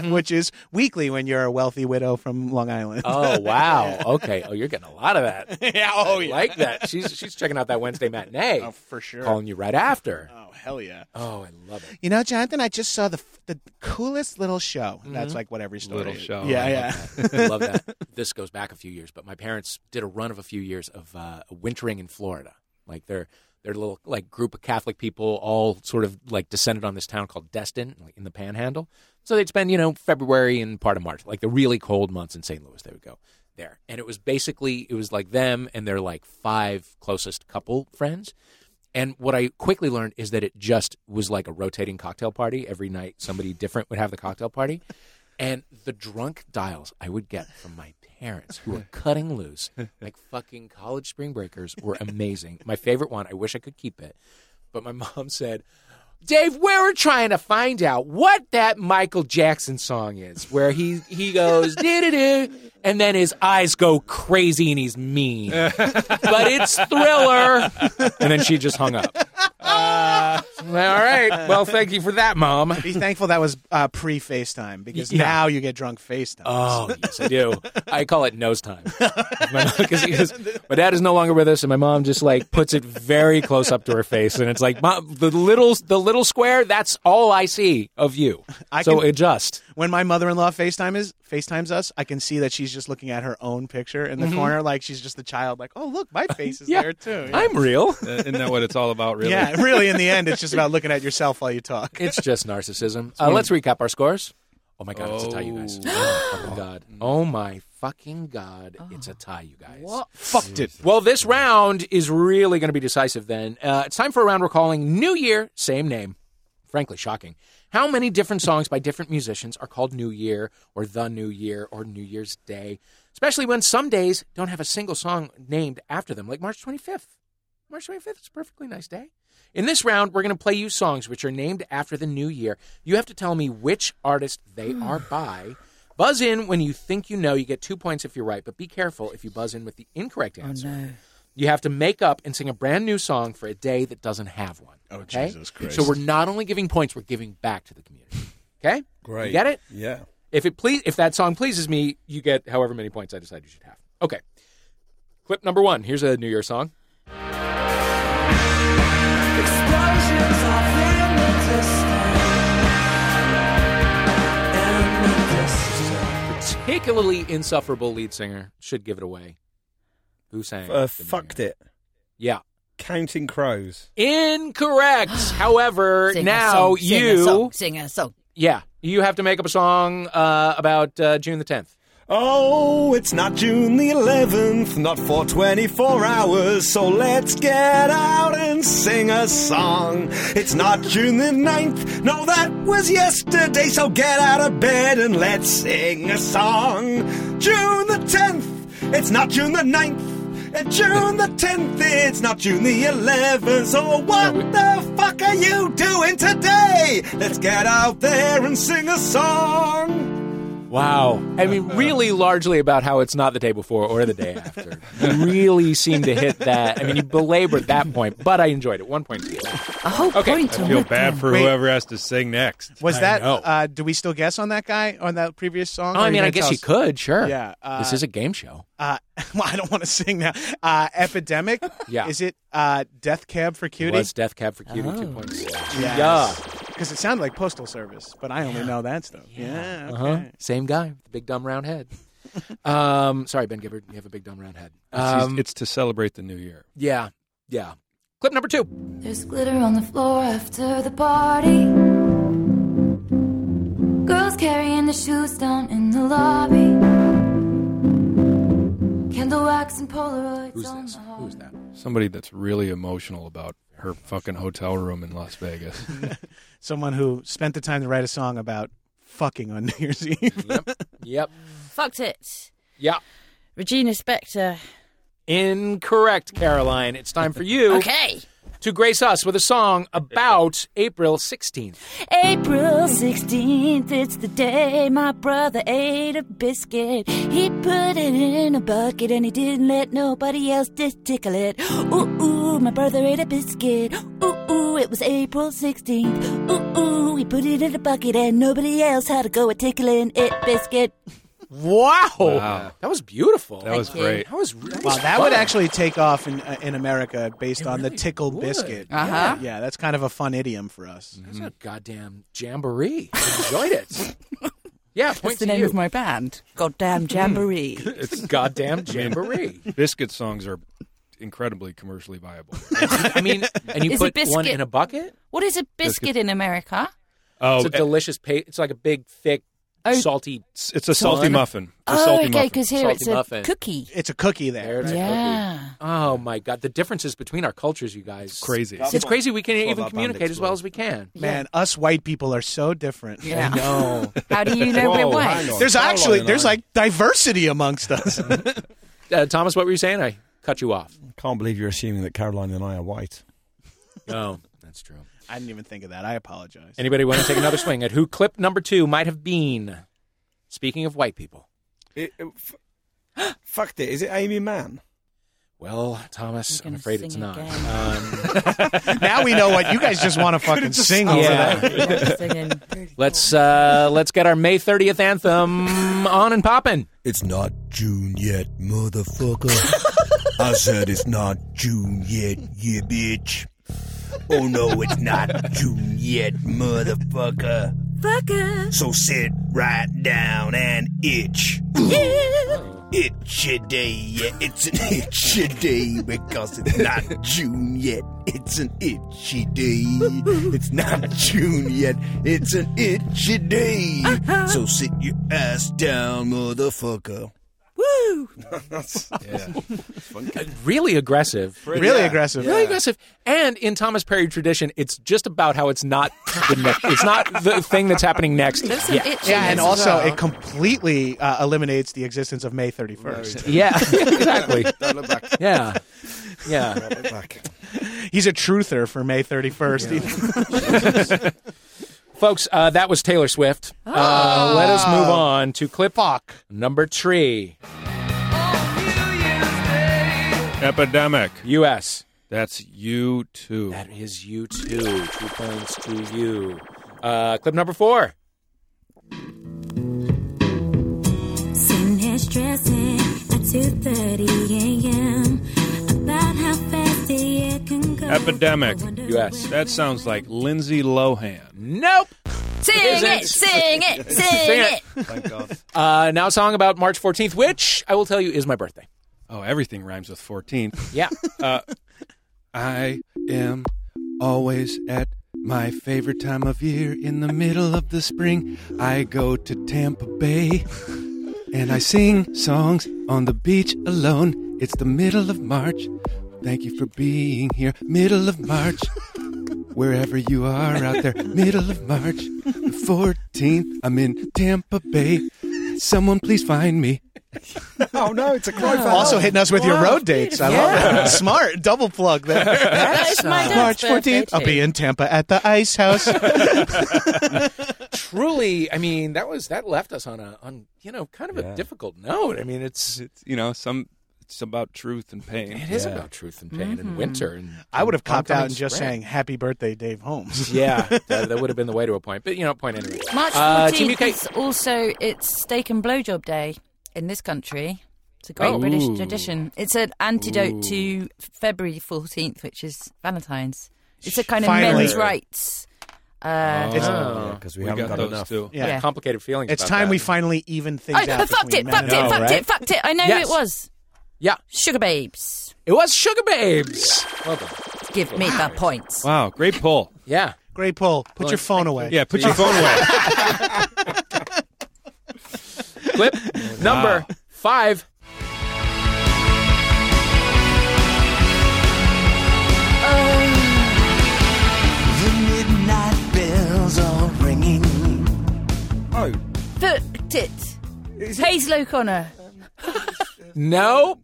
Speaker 4: which is weekly when you're a wealthy widow from Long Island.
Speaker 1: Oh wow. Okay. Oh, you're getting a lot of that.
Speaker 4: yeah, oh
Speaker 1: I like that. She's she's checking out that Wednesday matinee.
Speaker 4: Oh, for sure.
Speaker 1: Calling you right after.
Speaker 4: Oh hell yeah!
Speaker 1: Oh, I love it.
Speaker 4: You know, Jonathan, I just saw the the coolest little show. That's like what every story.
Speaker 5: Little
Speaker 4: is.
Speaker 5: show.
Speaker 4: Yeah,
Speaker 5: I
Speaker 4: yeah.
Speaker 1: Mm-hmm. I love that. This goes back a few years, but my parents did a run of a few years of uh, wintering in Florida. Like they're they're a little like group of Catholic people, all sort of like descended on this town called Destin, like in the Panhandle. So they'd spend you know February and part of March, like the really cold months in St. Louis. They would go there, and it was basically it was like them and their like five closest couple friends. And what I quickly learned is that it just was like a rotating cocktail party. Every night, somebody different would have the cocktail party. And the drunk dials I would get from my parents who were cutting loose like fucking college spring breakers were amazing. My favorite one, I wish I could keep it. But my mom said, Dave, we were trying to find out what that Michael Jackson song is, where he he goes doo doo doo, and then his eyes go crazy and he's mean, but it's Thriller, and then she just hung up. All right, well, thank you for that, mom.
Speaker 4: Be thankful that was uh, pre FaceTime because
Speaker 1: Yeah.
Speaker 4: now you get drunk FaceTime.
Speaker 1: Oh, yes, I do. I call it nose time. My, mom- 'cause- 'cause my dad is no longer with us, and my mom just like puts it very close up to her face, and it's like mom, the little the little square. That's all I see of you.
Speaker 4: I
Speaker 1: so
Speaker 4: can-
Speaker 1: adjust.
Speaker 4: when my mother-in-law FaceTime is FaceTimes us, I can see that she's just looking at her own picture in the corner, like she's just the child. Like, oh look, my face is
Speaker 1: Mm-hmm. Yeah.
Speaker 4: there too. Yeah.
Speaker 1: I'm real.
Speaker 5: Uh, Isn't that what it's all about, really?
Speaker 4: yeah, really. In the end, it's just about looking at yourself while you talk.
Speaker 1: It's just narcissism. Uh, let's recap our scores. Oh my god, it's a tie, you guys. Oh my fucking god. Oh my fucking god, it's a tie, you guys.
Speaker 4: Fucked it.
Speaker 1: Well, this round is really going to be decisive. Then uh, it's time for a round we're calling "New Year, Same Name." Frankly, shocking. How many different songs by different musicians are called New Year or The New Year or New Year's Day? Especially when some days don't have a single song named after them, like March 25th. March 25th is a perfectly nice day. In this round, we're going to play you songs which are named after the new year. You have to tell me which artist they are by. Buzz in when you think you know. You get two points if you're right, but be careful if you buzz in with the incorrect answer. You have to make up and sing a brand new song for a day that doesn't have one. Oh, Jesus Christ. So we're not only giving points, we're giving back to the community. Okay?
Speaker 2: Great.
Speaker 1: You get it?
Speaker 2: Yeah.
Speaker 1: If it please, if that song pleases me, you get however many points I decide you should have. Okay. Clip number one. Here's a New Year song. particularly insufferable lead singer should give it away. Who sang?
Speaker 2: Uh,
Speaker 1: The
Speaker 2: fucked
Speaker 1: Man?
Speaker 2: it.
Speaker 1: Yeah.
Speaker 2: Counting Crows.
Speaker 1: Incorrect. However,
Speaker 3: Sing a
Speaker 1: Er, now
Speaker 3: song,
Speaker 1: you
Speaker 3: Sing a song, sing a song.
Speaker 1: yeah, you have to make up a song uh, about uh, June the 10th.
Speaker 2: Oh, it's not June the 11th, not for 24 hours, so let's get out and sing a song. It's not June the 9th, no, that was yesterday, so get out of bed and let's sing a song. June the 10th, it's not June the 9th, and June the 10th, it's not June the 11th, so what the fuck are you doing today? Let's get out there and sing a song.
Speaker 1: Wow. I mean, really largely about how it's not the day before or the day after. You really seem to hit that. I mean, you belabored that point, but I enjoyed it. One point to you.
Speaker 3: A whole
Speaker 1: Okay,
Speaker 3: point.
Speaker 1: I
Speaker 3: to
Speaker 5: I feel
Speaker 3: Whitman.
Speaker 5: bad for
Speaker 4: Wait.
Speaker 5: whoever has to sing next.
Speaker 4: Was
Speaker 1: I
Speaker 4: that?
Speaker 1: know.
Speaker 4: Uh, do we still guess on that guy on that previous song?
Speaker 1: Oh,
Speaker 4: Or
Speaker 1: I
Speaker 4: are
Speaker 1: mean,
Speaker 4: gonna
Speaker 1: I guess
Speaker 4: tell
Speaker 1: you
Speaker 4: us?
Speaker 1: could, sure.
Speaker 4: Yeah, uh,
Speaker 1: this is a game show.
Speaker 4: Uh, well, I don't want to sing now. Uh, Epidemic.
Speaker 1: Yeah.
Speaker 4: Is it uh, Death Cab for
Speaker 1: It
Speaker 4: Cutie?
Speaker 1: was Death Cab for Cutie
Speaker 3: Oh.
Speaker 1: 2.0.
Speaker 4: Yes.
Speaker 1: Yeah.
Speaker 4: Because it sounded like Postal Service, but I only know that stuff. Yeah. okay.
Speaker 1: Uh-huh. Same guy with the big dumb round head. um, sorry, Ben Gibbard, you have a big dumb round head.
Speaker 5: It's-
Speaker 1: Um,
Speaker 5: it's to celebrate the new year.
Speaker 1: yeah, yeah. Clip number two.
Speaker 11: There's glitter on the floor after the party. Girls carrying their shoes down in the lobby. Candle wax and Polaroids
Speaker 1: Who's
Speaker 11: on
Speaker 1: this?
Speaker 11: the hall.
Speaker 1: Who's that?
Speaker 5: Somebody that's really emotional about her fucking hotel room in Las Vegas.
Speaker 4: Someone who spent the time to write a song about fucking on New Year's Eve.
Speaker 1: Yep.
Speaker 3: Fucked it.
Speaker 1: Yeah.
Speaker 3: Regina Spektor.
Speaker 1: Incorrect, Caroline. It's time for you
Speaker 3: Okay.
Speaker 1: to grace us with a song about April 16th.
Speaker 11: April 16th, it's the day my brother ate a biscuit. He put it in a bucket and he didn't let nobody else just tickle it. Ooh, ooh, my brother ate a biscuit. Ooh, ooh, it was April 16th. Ooh, ooh, he put it in a bucket and nobody else had to go a tickling it biscuit.
Speaker 1: Wow.
Speaker 5: Wow.
Speaker 1: That was beautiful.
Speaker 5: That was
Speaker 3: you.
Speaker 5: great.
Speaker 1: That was really
Speaker 4: Wow, that would actually take off in uh, in America based on the
Speaker 1: really
Speaker 4: tickle
Speaker 1: would.
Speaker 4: biscuit.
Speaker 3: Uh-huh.
Speaker 4: Yeah, Mm-hmm. that's kind of a fun idiom for us.
Speaker 1: That's a Mm. goddamn jamboree. I enjoyed it. Yeah, point
Speaker 3: What's
Speaker 1: to
Speaker 3: the name
Speaker 1: you.
Speaker 3: of my band? Goddamn Jamboree.
Speaker 1: It's the goddamn jamboree.
Speaker 5: Biscuit songs are incredibly commercially viable.
Speaker 1: I mean, and you
Speaker 3: Is it
Speaker 1: put one
Speaker 3: biscuit?
Speaker 1: in a bucket.
Speaker 3: what is a biscuit in America?
Speaker 5: Oh,
Speaker 1: It's a delicious. Pa- it's like a big, thick,
Speaker 3: Oh.
Speaker 1: salty.
Speaker 5: it's, it's a salty muffin. It's a
Speaker 3: oh,
Speaker 5: salty
Speaker 3: okay,
Speaker 5: muffin.
Speaker 3: because here
Speaker 1: Salty
Speaker 3: it's a
Speaker 1: muffin.
Speaker 3: cookie.
Speaker 4: It's a cookie there.
Speaker 1: There's a
Speaker 3: Yeah.
Speaker 1: cookie. Oh my god, the differences between our cultures, you guys. It's
Speaker 5: Crazy.
Speaker 1: It's crazy. We can
Speaker 2: That's what
Speaker 1: even
Speaker 2: our band
Speaker 1: communicate as well as we can.
Speaker 4: Man, us white people are so different.
Speaker 3: Yeah.
Speaker 1: No,
Speaker 3: How do you know we're
Speaker 2: Whoa,
Speaker 3: white?
Speaker 2: hang on.
Speaker 4: There's
Speaker 2: Hold
Speaker 4: actually
Speaker 2: on,
Speaker 4: there's
Speaker 2: hang
Speaker 4: like diversity amongst us.
Speaker 1: uh, Thomas, what were you saying? I cut you off.
Speaker 2: on. Can't believe you're assuming that Caroline and I are white.
Speaker 1: No, that's true.
Speaker 4: I didn't even think of that. I apologize.
Speaker 1: Anybody want to take another swing at who clip number two might have been? Speaking of white people,
Speaker 2: It, it, f- fucked it. Is it Amy Mann?
Speaker 1: well, Thomas,
Speaker 3: You're
Speaker 1: I'm
Speaker 3: gonna
Speaker 1: afraid it's
Speaker 3: sing
Speaker 1: not.
Speaker 3: again.
Speaker 1: Um,
Speaker 4: now we know what you guys just want to fucking sing over
Speaker 1: Yeah.
Speaker 4: that.
Speaker 1: Let's uh, let's get our May 30th anthem on and popping.
Speaker 2: It's not June yet, motherfucker. I said it's not June yet, you bitch. Oh no, it's not June yet, motherfucker.
Speaker 11: Fucker.
Speaker 2: So sit right down and itch. It's your day, yeah. It's an itchy day because it's not June yet. It's an itchy day. It's not June yet. It's an itchy day. So sit your ass down, motherfucker.
Speaker 11: Woo!
Speaker 1: Really aggressive.
Speaker 4: Really aggressive.
Speaker 1: Really aggressive. And in Thomas Perry tradition, it's just about how it's not the ne- it's not the thing that's happening next.
Speaker 3: There's some
Speaker 1: yeah.
Speaker 3: itchiness
Speaker 4: Yeah, and
Speaker 3: as
Speaker 4: also
Speaker 3: well.
Speaker 4: it completely uh, eliminates the existence of May 31st.
Speaker 1: yeah, exactly.
Speaker 2: Don't look back.
Speaker 1: Yeah. Yeah.
Speaker 2: Don't look back.
Speaker 4: He's a truther for May 31st.
Speaker 1: Folks, uh, that was Taylor Swift. Uh, let us move on to clip number three.
Speaker 5: Epidemic.
Speaker 1: US.
Speaker 5: That's you too.
Speaker 1: That is you too. Two points to you. Uh, clip number four.
Speaker 11: Sitting here stressing at 2.30 a.m. About how fast the year can go.
Speaker 5: Epidemic.
Speaker 11: I wonder
Speaker 1: Yes.
Speaker 11: when
Speaker 5: That sounds like Lindsay Lohan.
Speaker 1: Nope.
Speaker 11: Sing it, sing it, sing it.
Speaker 5: Thank God.
Speaker 1: Uh, now a song about March 14th, which I will tell you is my birthday.
Speaker 5: Oh, everything rhymes with 14th.
Speaker 1: Yeah.
Speaker 5: Uh, I am always at my favorite time of year in the middle of the spring. I go to Tampa Bay and I sing songs on the beach alone. It's the middle of March. Thank you for being here. Middle of March. Wherever you are out there, middle of March, the 14th, I'm in Tampa Bay. Someone please find me.
Speaker 2: Oh no, it's a cry for
Speaker 4: Also hitting us with your
Speaker 2: Wow.
Speaker 4: road dates. I love that. Smart. Double plug there.
Speaker 3: That's my
Speaker 4: March
Speaker 3: dad's birthday
Speaker 4: 14th, I'll
Speaker 3: too.
Speaker 4: be in Tampa at the Ice House.
Speaker 1: Truly, I mean, that was that left us on a on you know kind of a
Speaker 2: Yeah.
Speaker 1: difficult note. I mean, it's it
Speaker 5: It's, you know, some it's about truth and pain.
Speaker 1: is
Speaker 2: Yeah.
Speaker 1: about truth and pain
Speaker 3: Mm-hmm.
Speaker 1: and winter. And
Speaker 4: I would have copped out
Speaker 1: oncoming
Speaker 4: and just
Speaker 1: spring.
Speaker 4: saying "Happy Birthday, Dave Holmes."
Speaker 1: Yeah, that, that would have been the way to a point, but you know, point anyway.
Speaker 3: March
Speaker 1: Uh,
Speaker 3: 14th
Speaker 1: Team UK.
Speaker 3: is also it's steak and blowjob day in this country. It's a great
Speaker 1: Oh.
Speaker 3: British
Speaker 1: Ooh.
Speaker 3: tradition. It's an antidote to February 14th, which is Valentine's. It's a kind of
Speaker 4: Finally.
Speaker 3: men's rights. Uh,
Speaker 4: It's-
Speaker 2: because we, haven't got,
Speaker 5: those
Speaker 2: enough.
Speaker 5: two.
Speaker 4: Yeah.
Speaker 1: Complicated feelings.
Speaker 4: It's
Speaker 1: about
Speaker 4: time
Speaker 1: that.
Speaker 4: we finally even things
Speaker 3: oh,
Speaker 4: out.
Speaker 3: fucked
Speaker 4: between men
Speaker 3: it, fucked
Speaker 4: and
Speaker 3: it,
Speaker 4: women.
Speaker 3: fucked
Speaker 1: right?
Speaker 3: it, fucked it. I know
Speaker 1: Yes.
Speaker 3: who it was.
Speaker 1: Yeah,
Speaker 3: Sugar babes.
Speaker 1: it was Sugar Babes. Well done.
Speaker 3: Give me the points.
Speaker 5: Wow, great pull.
Speaker 1: Yeah.
Speaker 4: Great pull. Put your phone away.
Speaker 5: Yeah, put your phone away.
Speaker 1: Clip number five.
Speaker 7: The midnight bells are ringing.
Speaker 2: Oh,
Speaker 3: Fucked it. Hazel O'Connor.
Speaker 1: No,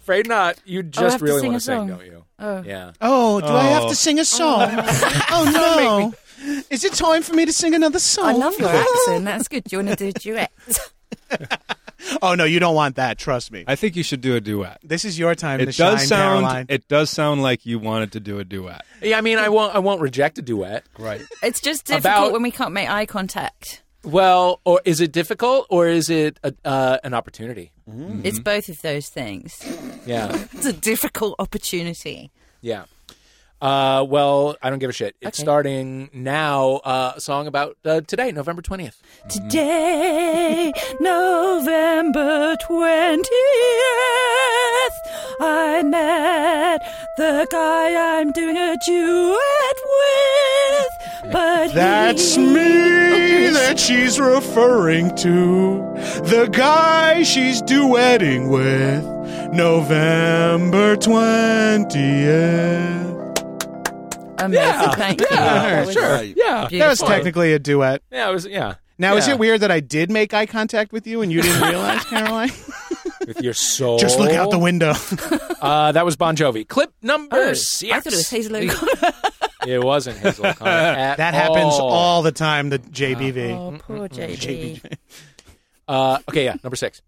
Speaker 1: afraid not. You
Speaker 3: have
Speaker 1: just
Speaker 3: to
Speaker 1: really
Speaker 3: sing
Speaker 1: want
Speaker 3: a
Speaker 1: to sing,
Speaker 3: song.
Speaker 1: don't you? Oh. Yeah.
Speaker 4: Oh, do I have to sing a song? oh no! Is it time for me to sing another song?
Speaker 3: I love your accent. That's good. Do you want to do a duet?
Speaker 4: Oh no, you don't want that. Trust me.
Speaker 5: I think you should do a duet.
Speaker 4: This is your time to
Speaker 5: It
Speaker 4: shine,
Speaker 5: does sound.
Speaker 4: Caroline.
Speaker 5: It does sound like you wanted to do a duet.
Speaker 1: Yeah, I mean, I won't. I won't reject a duet.
Speaker 5: Right.
Speaker 3: It's just difficult
Speaker 1: About-
Speaker 3: when we can't make eye contact.
Speaker 1: Well, or is it difficult, or is it a, uh, an opportunity?
Speaker 3: It's both of those things.
Speaker 1: Yeah,
Speaker 3: It's a difficult opportunity.
Speaker 1: yeah. Uh, well, I don't give a shit. It's
Speaker 3: Okay.
Speaker 1: starting now. Uh, a song about uh, today, November twentieth.
Speaker 11: Today, November 20th, I met the guy I'm doing a duet with. But
Speaker 4: That's
Speaker 11: he-
Speaker 4: me that she's referring to. The guy she's duetting with. November 20th.
Speaker 3: Amazing. Thank you. That was
Speaker 1: sure. Yeah,
Speaker 4: That was
Speaker 3: beautiful.
Speaker 4: technically a duet.
Speaker 1: yeah, it was. Yeah.
Speaker 4: Now, is
Speaker 1: Yeah.
Speaker 4: it weird that I did make eye contact with you and you didn't realize, Caroline?
Speaker 1: With your soul.
Speaker 4: Just look out the window.
Speaker 1: Uh, that was Bon Jovi. Clip number
Speaker 3: Oh,
Speaker 1: six.
Speaker 3: I thought it was Hazel O'Connor.
Speaker 1: It wasn't Hazel O'Connor at
Speaker 4: that happens
Speaker 1: all.
Speaker 4: all the time, the JBV.
Speaker 3: Oh, poor JB.
Speaker 1: Uh, okay, yeah, number six.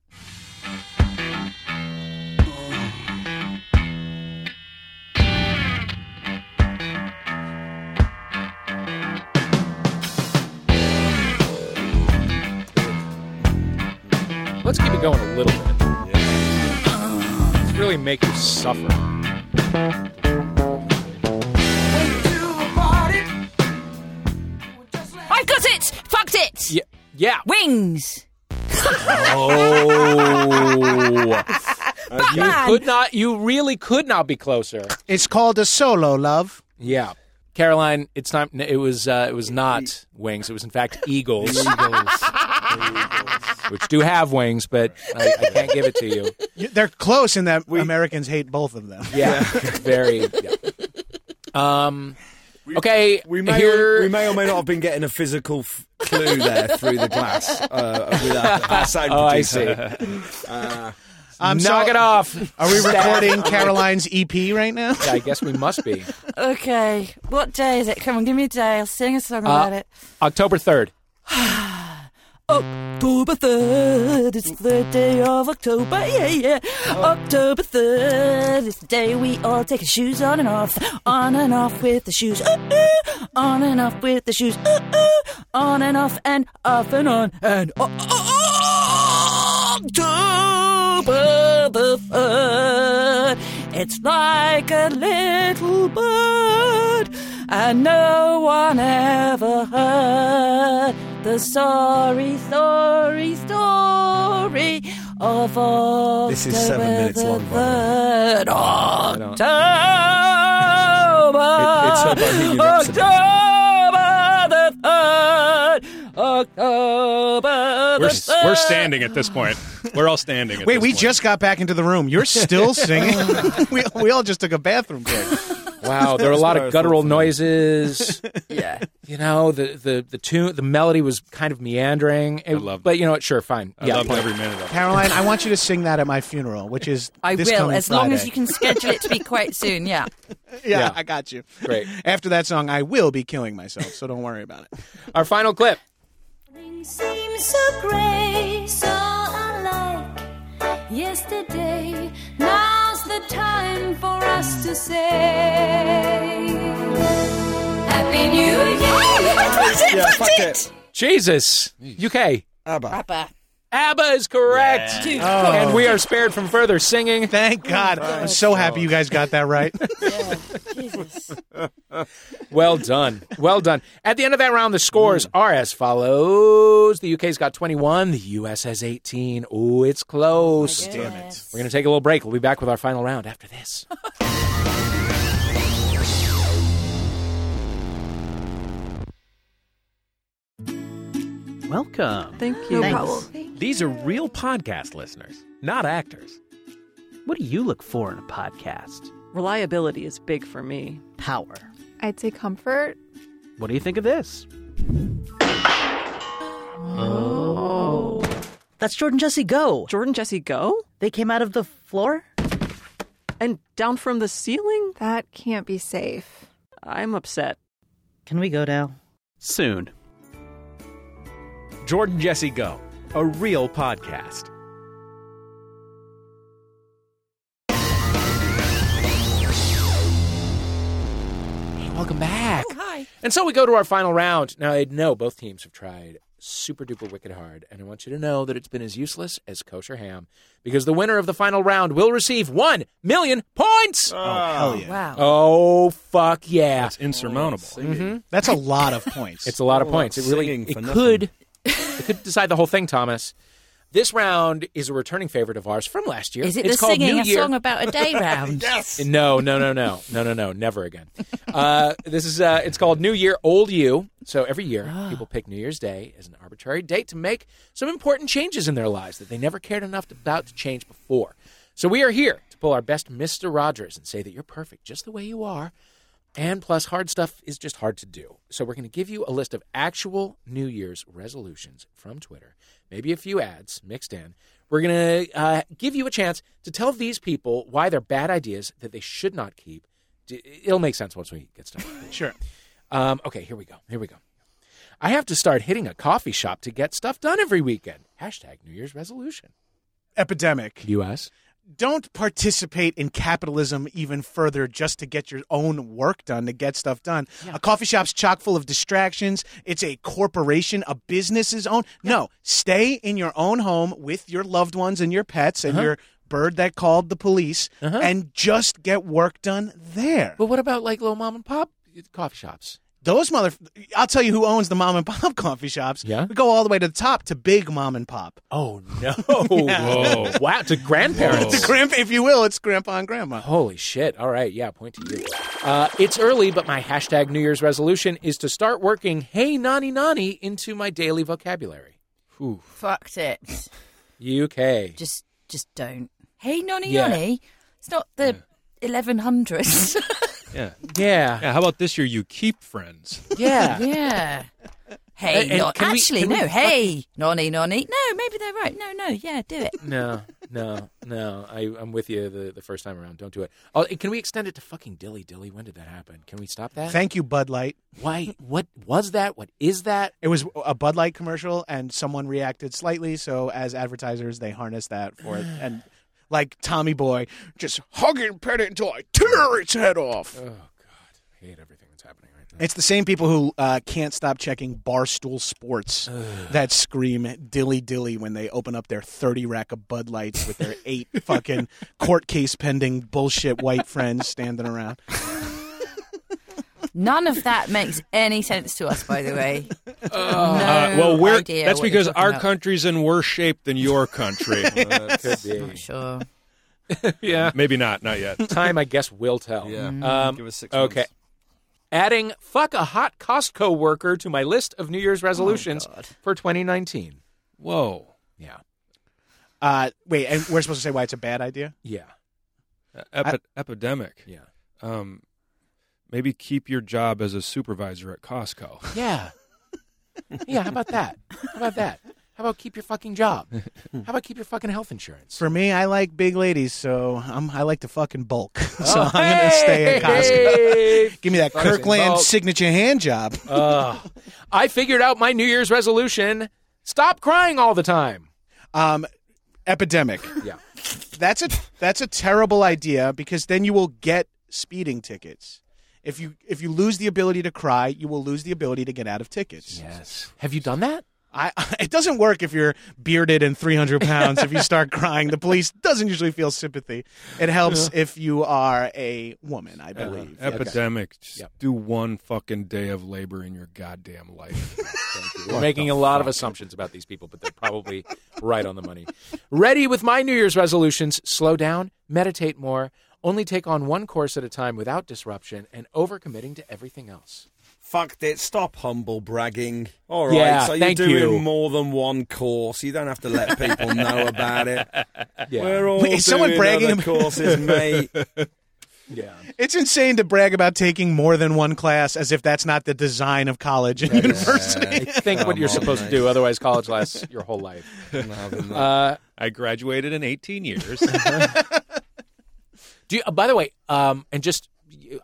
Speaker 1: Let's keep it going a little bit. Let's Really make you suffer.
Speaker 3: I got it. Fucked it.
Speaker 1: Yeah, yeah.
Speaker 3: Wings.
Speaker 1: Oh, you
Speaker 3: Batman.
Speaker 1: could not. You really could not be closer.
Speaker 4: It's called a solo, love.
Speaker 1: Yeah. Caroline, it's time. It was uh, it was not wings. It was in fact eagles, which do have wings, but I, I can't give it to you.
Speaker 4: You- They're close in that Americans hate both of them.
Speaker 1: Yeah, very. yeah. Um, okay,
Speaker 2: We may,
Speaker 1: here.
Speaker 2: or, we may or may not have been getting a physical f- clue there through the glass uh, with our, our sound
Speaker 1: oh, I see.
Speaker 2: producer.
Speaker 4: I'm
Speaker 1: Knock
Speaker 4: so-
Speaker 1: it off.
Speaker 4: Are we recording Caroline's EP right now?
Speaker 1: I guess we must be
Speaker 3: Okay. What day is it? Come on, give me a day. I'll sing a song
Speaker 1: Uh.
Speaker 3: about it.
Speaker 1: October third.
Speaker 11: October 3rd, it's the third day of October, yeah, yeah.
Speaker 1: Oh.
Speaker 11: October 3rd, it's the day we all take our shoes on and off, on and off with the shoes, ooh, ooh, on and off with the shoes, ooh, ooh, on and off and off and on and o- o- October the 3rd, it's like a little bird, and no one ever heard the sorry, sorry story of October
Speaker 2: This is seven minutes long, by
Speaker 11: the third.
Speaker 2: I don't-
Speaker 11: October,
Speaker 2: It- it's so
Speaker 1: Uh,
Speaker 2: Bohemian Rhapsody.
Speaker 11: October the third, October
Speaker 5: We're,
Speaker 11: the
Speaker 5: s-
Speaker 11: third.
Speaker 5: we're standing at this point. We're all standing. At
Speaker 4: Wait,
Speaker 5: this
Speaker 4: we
Speaker 5: point.
Speaker 4: just got back into the room. You're still singing. we, we all just took a bathroom break.
Speaker 1: Wow, there were a lot of guttural noises.
Speaker 11: yeah,
Speaker 1: you know the the the tune, the melody was kind of meandering. I love, but you know what? Sure, fine.
Speaker 5: I loved every minute of it.
Speaker 4: Caroline, I want you to sing that at my funeral, which is
Speaker 3: I
Speaker 4: this
Speaker 3: will,
Speaker 4: coming
Speaker 3: as long as
Speaker 4: Friday.
Speaker 3: you can schedule it to be quite soon. Yeah.
Speaker 4: Yeah,
Speaker 1: Yeah.
Speaker 4: I got you.
Speaker 1: Great.
Speaker 4: After that song, I will be killing myself, so don't worry about it.
Speaker 1: Our final clip.
Speaker 11: seems so
Speaker 7: gray, so unlike yesterday. Now's the time for us to say Happy New Year.
Speaker 2: Yeah, fuck it.
Speaker 1: Jesus, UK.
Speaker 2: ABBA.
Speaker 1: ABBA is correct.
Speaker 4: Oh.
Speaker 1: And we are spared from further singing.
Speaker 4: Thank God. I'm so happy you guys got that right.
Speaker 1: Well done. Well done. At the end of that round, the scores are as follows. The UK's got 21, the US has 18. Oh, it's close.
Speaker 11: Damn
Speaker 1: it. We're going to take a little break. We'll be back with our final round after this.
Speaker 12: Welcome.
Speaker 13: Thank
Speaker 12: you.
Speaker 13: Thanks.
Speaker 12: These are real podcast listeners, not actors. What do you look for in a podcast?
Speaker 13: Reliability is big for me.
Speaker 12: Power.
Speaker 8: I'd say comfort.
Speaker 12: What do you think of this?
Speaker 13: Oh. That's Jordan Jesse
Speaker 4: Oh.
Speaker 13: Go. Jordan Jesse Go? They came out of the floor? And down from the ceiling?
Speaker 8: That can't be safe.
Speaker 13: I'm upset.
Speaker 12: Can we go now? Soon. Jordan Jesse Go, a real podcast.
Speaker 1: Welcome back. hi. And so we go to our final round. Now, I know both teams have tried super duper wicked hard, and I want you to know that it's been as useless as kosher ham because the winner of the final round will receive 1 million points.
Speaker 4: Oh, hell yeah.
Speaker 3: Wow.
Speaker 1: Oh, fuck yeah. It's
Speaker 5: insurmountable.
Speaker 1: Mhm.
Speaker 4: That's a lot of points.
Speaker 1: It's a lot of
Speaker 4: Oh,
Speaker 1: points. It really
Speaker 4: singing
Speaker 1: it
Speaker 4: for
Speaker 1: could it could decide the whole thing, Thomas. This round is a returning favorite of ours from last year.
Speaker 3: Is it
Speaker 1: it's
Speaker 3: the
Speaker 1: called
Speaker 3: singing
Speaker 1: New
Speaker 3: a
Speaker 1: Year.
Speaker 3: song about a day round? yes.
Speaker 1: No, no, no, no, no, no, no, never again. Uh, this is uh, it's called New Year, Old You. So every year,
Speaker 3: Ah.
Speaker 1: people pick New Year's Day as an arbitrary date to make some important changes in their lives that they never cared enough to- about to change before. So we are here to pull our best Mister Rogers and say that you're perfect just the way you are, and plus hard stuff is just hard to do. So we're going to give you a list of actual New Year's resolutions from Twitter, maybe a few ads mixed in. We're going to uh, give you a chance to tell these people why they're bad ideas that they should not keep. D- It'll make sense once we get started.
Speaker 4: sure.
Speaker 1: Um, okay, here we go. Here we go. I have to start hitting a coffee shop to get stuff done every weekend. Hashtag New Year's resolution.
Speaker 4: Epidemic.
Speaker 1: U.S.
Speaker 4: Don't participate in capitalism even further just to get your own work done, to get stuff done. A coffee shop's chock full of distractions. It's a corporation, a business's own. No, stay in your own home with your loved ones and your pets and
Speaker 1: Uh-huh.
Speaker 4: your bird that called the police and just get work done there.
Speaker 1: But what about like little mom and pop coffee shops?
Speaker 4: Those mother, I'll tell you who owns the mom and pop coffee shops.
Speaker 1: Yeah?
Speaker 4: we go all the way to the top to big mom and pop.
Speaker 1: Oh no!
Speaker 4: Yeah.
Speaker 5: Whoa.
Speaker 1: Wow, to grandparents.
Speaker 4: It's grandpa, if you will, it's grandpa and grandma.
Speaker 1: Holy shit. All right. Yeah, point to you. Uh, it's early, but my hashtag New Year's resolution is to start working hey, nani, nani into my daily vocabulary.
Speaker 3: Fucked it.
Speaker 1: UK.
Speaker 3: Just, just don't. Hey, nonny,
Speaker 1: Yeah.
Speaker 3: nonny. It's not the eleven hundreds.
Speaker 5: Yeah.
Speaker 1: Yeah.
Speaker 5: Yeah. How about this year? You keep friends. Uh,
Speaker 1: Yeah.
Speaker 3: yeah.
Speaker 1: A-
Speaker 3: Hey,
Speaker 1: and
Speaker 3: no,
Speaker 1: can we-
Speaker 3: actually,
Speaker 1: can we-
Speaker 3: no. Hey, nonny, nonny. No, maybe they're right. No, no. Yeah, do it.
Speaker 1: No, no, no. I, I'm with you the, the first time around. Don't do it. Oh, can we extend it to fucking dilly dilly? When did that happen? Can we stop that?
Speaker 4: Thank you, Bud Light.
Speaker 1: Why? What was that? What is that?
Speaker 4: It was a Bud Light commercial, and someone reacted slightly. So, as advertisers, they harness that for it. And like Tommy Boy, just hug it and pet it until I tear its head off.
Speaker 1: Oh, God. I hate everything that's happening right now.
Speaker 4: It's the same people who uh, can't stop checking Barstool Sports that scream dilly dilly when they open up their 30 rack of Bud Lights with their eight fucking court case pending bullshit white friends standing around.
Speaker 3: None of that makes any sense to us, by the way. no
Speaker 5: Uh, well, we're
Speaker 3: idea
Speaker 5: that's
Speaker 3: what you're
Speaker 5: because
Speaker 3: talking
Speaker 5: our
Speaker 3: about.
Speaker 5: country's in worse shape than your country.
Speaker 1: Uh, it could be.
Speaker 3: sure.
Speaker 5: yeah, maybe not. Not yet.
Speaker 1: Time, I guess, will tell.
Speaker 5: Yeah.
Speaker 4: Mm-hmm.
Speaker 1: Um,
Speaker 5: Give us six.
Speaker 1: okay. Adding fuck a hot Costco worker to my list of New
Speaker 4: Oh
Speaker 1: Year's resolutions for 2019.
Speaker 5: Whoa.
Speaker 1: Yeah.
Speaker 4: Uh, wait, and we're supposed to say why it's a bad idea?
Speaker 1: Yeah.
Speaker 5: Epi- epidemic.
Speaker 1: Yeah.
Speaker 5: Um, maybe keep your job as a supervisor at Costco.
Speaker 1: Yeah. yeah, how about that? How about that? How about keep your fucking job? How about keep your fucking health insurance?
Speaker 4: For me, I like big ladies, so I'm, I like to fucking bulk. so I'm gonna stay at
Speaker 1: Oh, Hey!
Speaker 4: Costco. Give me that
Speaker 1: Fucking
Speaker 4: Kirkland
Speaker 1: bulk.
Speaker 4: signature hand job.
Speaker 1: Ugh. I figured out my New Year's resolution. Stop crying all the time.
Speaker 4: Um, epidemic.
Speaker 1: Yeah.
Speaker 4: That's a that's a terrible idea because then you will get speeding tickets. If you if you lose the ability to cry, you will lose the ability to get out of tickets.
Speaker 1: Yes. Have you done that?
Speaker 4: I it doesn't work if you're bearded and 300 pounds. if you start crying, the police doesn't usually feel sympathy. It helps if you are a woman, I believe.
Speaker 5: Uh, epidemic. Just
Speaker 1: Yep.
Speaker 5: do one fucking day of labor in your goddamn life.
Speaker 1: We're
Speaker 5: What
Speaker 1: making
Speaker 5: the
Speaker 1: a lot of assumptions about these people, but they're probably right on the money. Ready with my New Year's resolutions. Slow down, meditate more, only take on one course at a time without disruption, and overcommitting to everything else.
Speaker 2: Fucked it. Stop humble bragging. All right.
Speaker 1: Yeah,
Speaker 2: so you're
Speaker 1: thank
Speaker 2: doing
Speaker 1: you.
Speaker 2: more than one course. You don't have to let people know about it.
Speaker 1: Yeah.
Speaker 2: We're all
Speaker 4: Wait, is someone
Speaker 2: doing
Speaker 4: bragging
Speaker 2: other
Speaker 4: about-
Speaker 2: courses, mate.
Speaker 1: yeah.
Speaker 4: It's insane to brag about taking more than one class as if that's not the design of college and university.
Speaker 1: I think what you're supposed to do, otherwise college lasts your whole life. Uh,
Speaker 5: I graduated in 18 years.
Speaker 1: Uh-huh. do you, uh, by the way, um, and just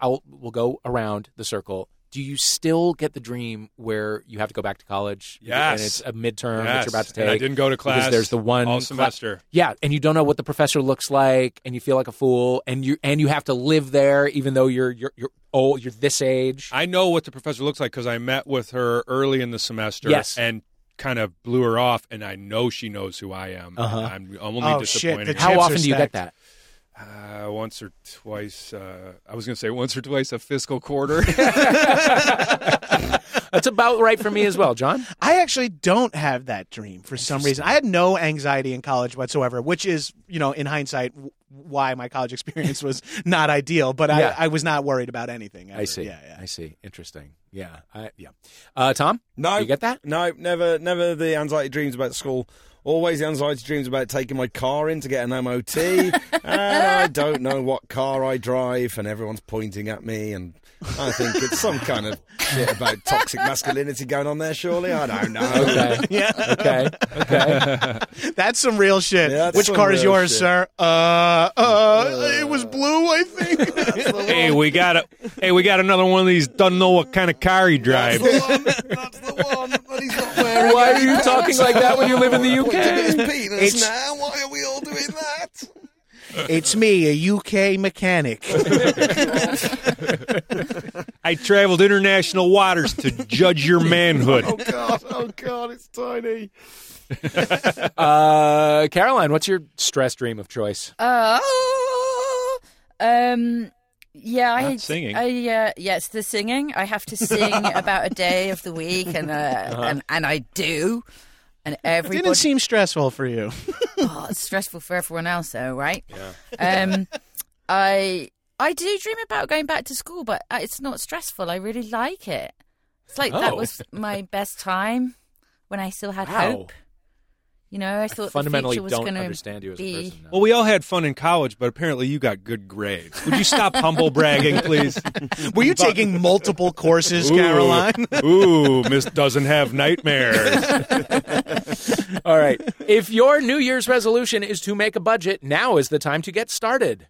Speaker 1: I'll, we'll go around the circle. Do you still get the dream where you have to go back to college?
Speaker 5: Yes.
Speaker 1: and it's a midterm that
Speaker 5: Yes.
Speaker 1: you're about to take.
Speaker 5: And I didn't go to
Speaker 1: because
Speaker 5: class
Speaker 1: There's the one
Speaker 5: all
Speaker 1: cla-
Speaker 5: semester.
Speaker 1: yeah, and you don't know what the professor looks like, and you feel like a fool, and you and you have to live there even though you're you're you're old, you're this age.
Speaker 5: I know what the professor looks like because I met with her early in the semester
Speaker 1: Yes.
Speaker 5: and kind of blew her off, and I know she knows who I am.
Speaker 1: Uh-huh.
Speaker 5: I'm only
Speaker 1: Oh, shit,
Speaker 5: disappointed.
Speaker 1: the How chips often are do you get stacked.
Speaker 5: Uh, once or twice. Uh, I was going to say once or twice a fiscal quarter.
Speaker 4: Uh,
Speaker 1: That's about right for me as well, John.
Speaker 4: I actually don't have that dream for some reason. I had no anxiety in college whatsoever, which is, you know, in hindsight, w- why my college experience was not ideal. But
Speaker 1: Yeah.
Speaker 4: I, I was not worried about anything.
Speaker 1: I
Speaker 4: ever.
Speaker 1: see.
Speaker 4: Yeah.
Speaker 1: I see. Interesting. Yeah. I, yeah. Uh, Tom? No. You get that?
Speaker 2: No, never, never the anxiety dreams about school. Always the anxiety dreams about taking my car in to get an MOT, and I don't know what car I drive, and everyone's pointing at me, and I think it's some kind of shit about toxic masculinity going on there. Surely, I don't know.
Speaker 4: Okay.
Speaker 1: yeah. Okay. Okay.
Speaker 4: That's some real shit.
Speaker 2: that's
Speaker 4: Which
Speaker 2: some
Speaker 4: car is
Speaker 2: real
Speaker 4: yours,
Speaker 2: shit.
Speaker 4: sir? Uh, uh, it was blue, I think.
Speaker 5: hey, we got a, Hey, we got another one of these. Doesn't know what kind of car he drives.
Speaker 1: Why are you talking like that when you live in the UK?
Speaker 2: It's now. Why are we all doing that?
Speaker 4: it's me, a UK mechanic.
Speaker 5: I traveled international waters to judge your manhood.
Speaker 2: God! Oh God! It's tiny.
Speaker 1: Uh, Caroline, what's your stress dream of choice?
Speaker 3: Uh, um, yeah, I
Speaker 1: Not singing.
Speaker 3: I, uh, yes, the singing. I have to sing about a day of the week, and uh, and, and I do, and everybody.
Speaker 4: Didn't seem stressful for you.
Speaker 3: oh, it's stressful for everyone else, though, right?
Speaker 4: Yeah.
Speaker 3: Um, I I do dream about going back to school, but uh, it's not stressful. I really like it. It's like that
Speaker 1: Oh.
Speaker 3: was my best time when I still had
Speaker 1: Wow.
Speaker 3: hope. You know, I thought
Speaker 5: fundamentally
Speaker 3: the future was
Speaker 5: don't
Speaker 3: gonna
Speaker 5: understand you as a
Speaker 3: be...
Speaker 5: Well, we all had fun in college, but apparently you got good grades. Would you stop humble bragging, please?
Speaker 4: Were you taking multiple courses,
Speaker 5: Ooh.
Speaker 4: Caroline?
Speaker 5: Ooh, Miss doesn't have nightmares.
Speaker 1: All right. If your New Year's resolution is to make a budget, now is the time to get started.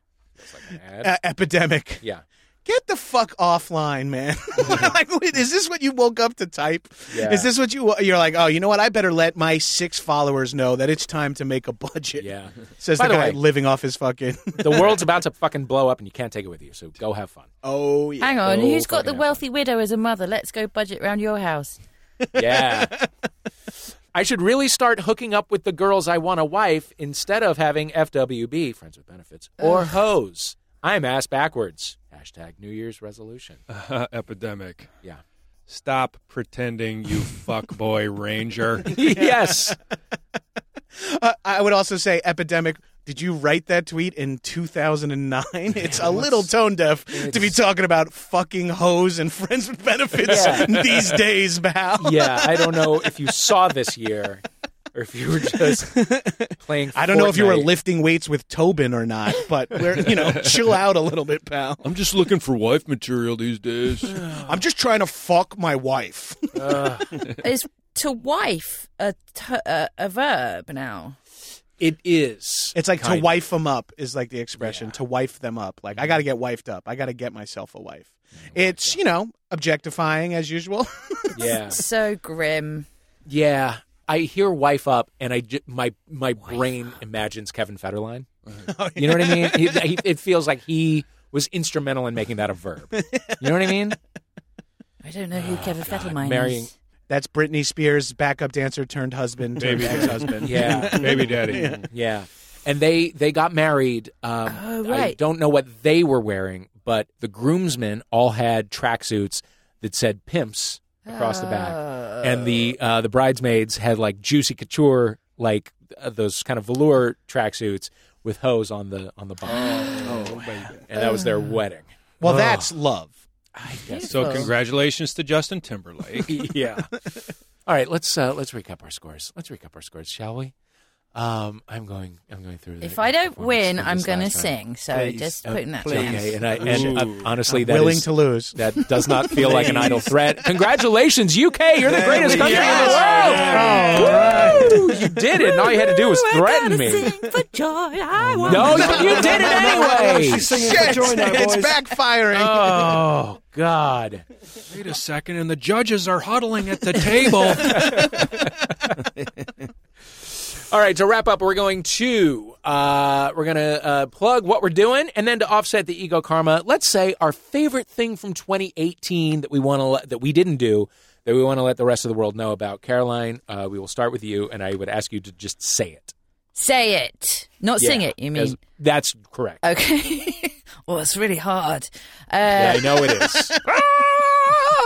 Speaker 4: Uh, epidemic.
Speaker 1: Yeah.
Speaker 4: Get the fuck offline, man. like, wait, is this what you woke up to type?
Speaker 1: Yeah.
Speaker 4: Is this what you you're like? Oh, you know what? I better let my six followers know that it's time to make a budget.
Speaker 1: Yeah.
Speaker 4: Says
Speaker 1: By
Speaker 4: the,
Speaker 1: the
Speaker 4: guy
Speaker 1: way-
Speaker 4: living off his fucking.
Speaker 1: The world's about to fucking blow up and you can't take it with you, so go have fun.
Speaker 4: Oh, yeah.
Speaker 3: Hang on,
Speaker 1: Oh,
Speaker 3: who's got
Speaker 1: fucking
Speaker 3: the wealthy widow as a mother? Let's go budget round your house.
Speaker 1: Yeah. I should really start hooking up with the girls I want a wife instead of having FWB, friends with benefits, or hoes. I'm ass backwards. Hashtag Hashtag New Year's resolution.
Speaker 5: epidemic.
Speaker 1: Yeah.
Speaker 5: Stop pretending, you fuckboy ranger.
Speaker 1: yes.
Speaker 4: Uh, I would also say epidemic. Did you write that tweet in 2009? It's a little tone deaf to be talking about fucking hoes and friends with benefits
Speaker 1: Yeah.
Speaker 4: these days, pal.
Speaker 1: yeah, I don't know if you saw this year or if you were just playing.
Speaker 4: I don't know if you were
Speaker 1: Fortnite.
Speaker 4: lifting weights with Tobin or not, but we're, you know, chill out a little bit, pal.
Speaker 5: I'm just looking for wife material these days.
Speaker 4: I'm just trying to fuck my wife.
Speaker 3: Is to wife a t- a, a verb now?
Speaker 1: It is.
Speaker 4: It's like to
Speaker 1: Kind of.
Speaker 4: wife them up is like the expression to wife them up. Like I got to get wifed up. I got to get myself a wife. It's you know objectifying as usual.
Speaker 1: Yeah.
Speaker 3: So grim.
Speaker 1: Yeah, I hear "wife up" and I ju- my my brain imagines Kevin Federline. You know what I mean? He, he, it feels like he was instrumental in making that a verb. You know what I mean?
Speaker 3: I don't know who Kevin Fettelmine
Speaker 1: Ah, marrying-
Speaker 3: is.
Speaker 4: That's Britney Spears' backup dancer turned husband turned
Speaker 1: Baby daddy.
Speaker 4: ex-husband.
Speaker 1: Yeah,
Speaker 4: Yeah.
Speaker 1: yeah. And they they got married. Um,
Speaker 3: Oh,
Speaker 1: I
Speaker 3: right.
Speaker 1: don't know what they were wearing, but the groomsmen all had tracksuits that said "pimps" across the back, and the uh, the bridesmaids had like juicy couture, like uh, those kind of velour tracksuits with hose on the on the bottom. oh, and that was
Speaker 3: Uh.
Speaker 1: their wedding.
Speaker 4: Well,
Speaker 1: Oh.
Speaker 4: that's love.
Speaker 5: So congratulations to Justin Timberlake.
Speaker 1: yeah. All right, let's uh, let's recap our scores. Let's recap our scores, shall we? Um, I'm going. I'm going through.
Speaker 3: If I don't win, I'm
Speaker 1: going
Speaker 3: gonna
Speaker 1: to
Speaker 3: sing. So just putting that down.
Speaker 1: Uh, Okay, and I and uh,
Speaker 4: Ooh.
Speaker 1: honestly,
Speaker 4: I'm
Speaker 1: that
Speaker 4: willing
Speaker 1: is-
Speaker 4: to lose.
Speaker 1: That does not feel like an idle threat. Congratulations, UK! You're the greatest country in the world. Woo! You did it, and all you had to do was threaten me.
Speaker 11: For joy, I want
Speaker 1: No, no, you did it anyway.
Speaker 4: She's singing for Shit, joy now, it's boys. backfiring.
Speaker 1: Oh God!
Speaker 5: Wait a second, and the judges are huddling at the table.
Speaker 1: All right, to wrap up, we're going to uh, we're going to uh, plug what we're doing, and then to offset the ego karma, let's say our favorite thing from 2018 that we want to let that we didn't do that we want to let the rest of the world know about. Caroline, uh, we will start with you, and I would ask you to just say it,
Speaker 3: Say it, not sing
Speaker 1: Yeah,
Speaker 3: it. You
Speaker 1: as-
Speaker 3: mean?
Speaker 1: That's correct.
Speaker 3: Okay. well, it's really hard. Uh,
Speaker 1: Yeah, I know it is.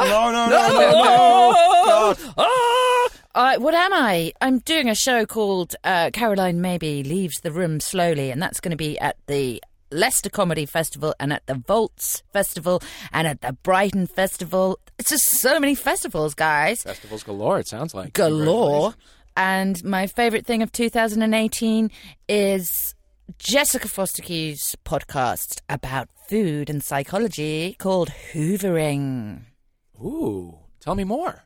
Speaker 2: no, no,
Speaker 3: no,
Speaker 2: no,
Speaker 3: no. Uh, what am I? I'm doing a show called uh, Caroline Maybe Leaves the Room Slowly, and that's going to be at the Leicester Comedy Festival and at the Volts Festival and at the Brighton Festival. It's just so many festivals, guys.
Speaker 1: Festivals galore. It sounds like
Speaker 3: Galore. And my favourite thing of 2018 is Jessica Foster Hughes' podcast about food and psychology called Hoovering.
Speaker 1: Ooh, tell me more.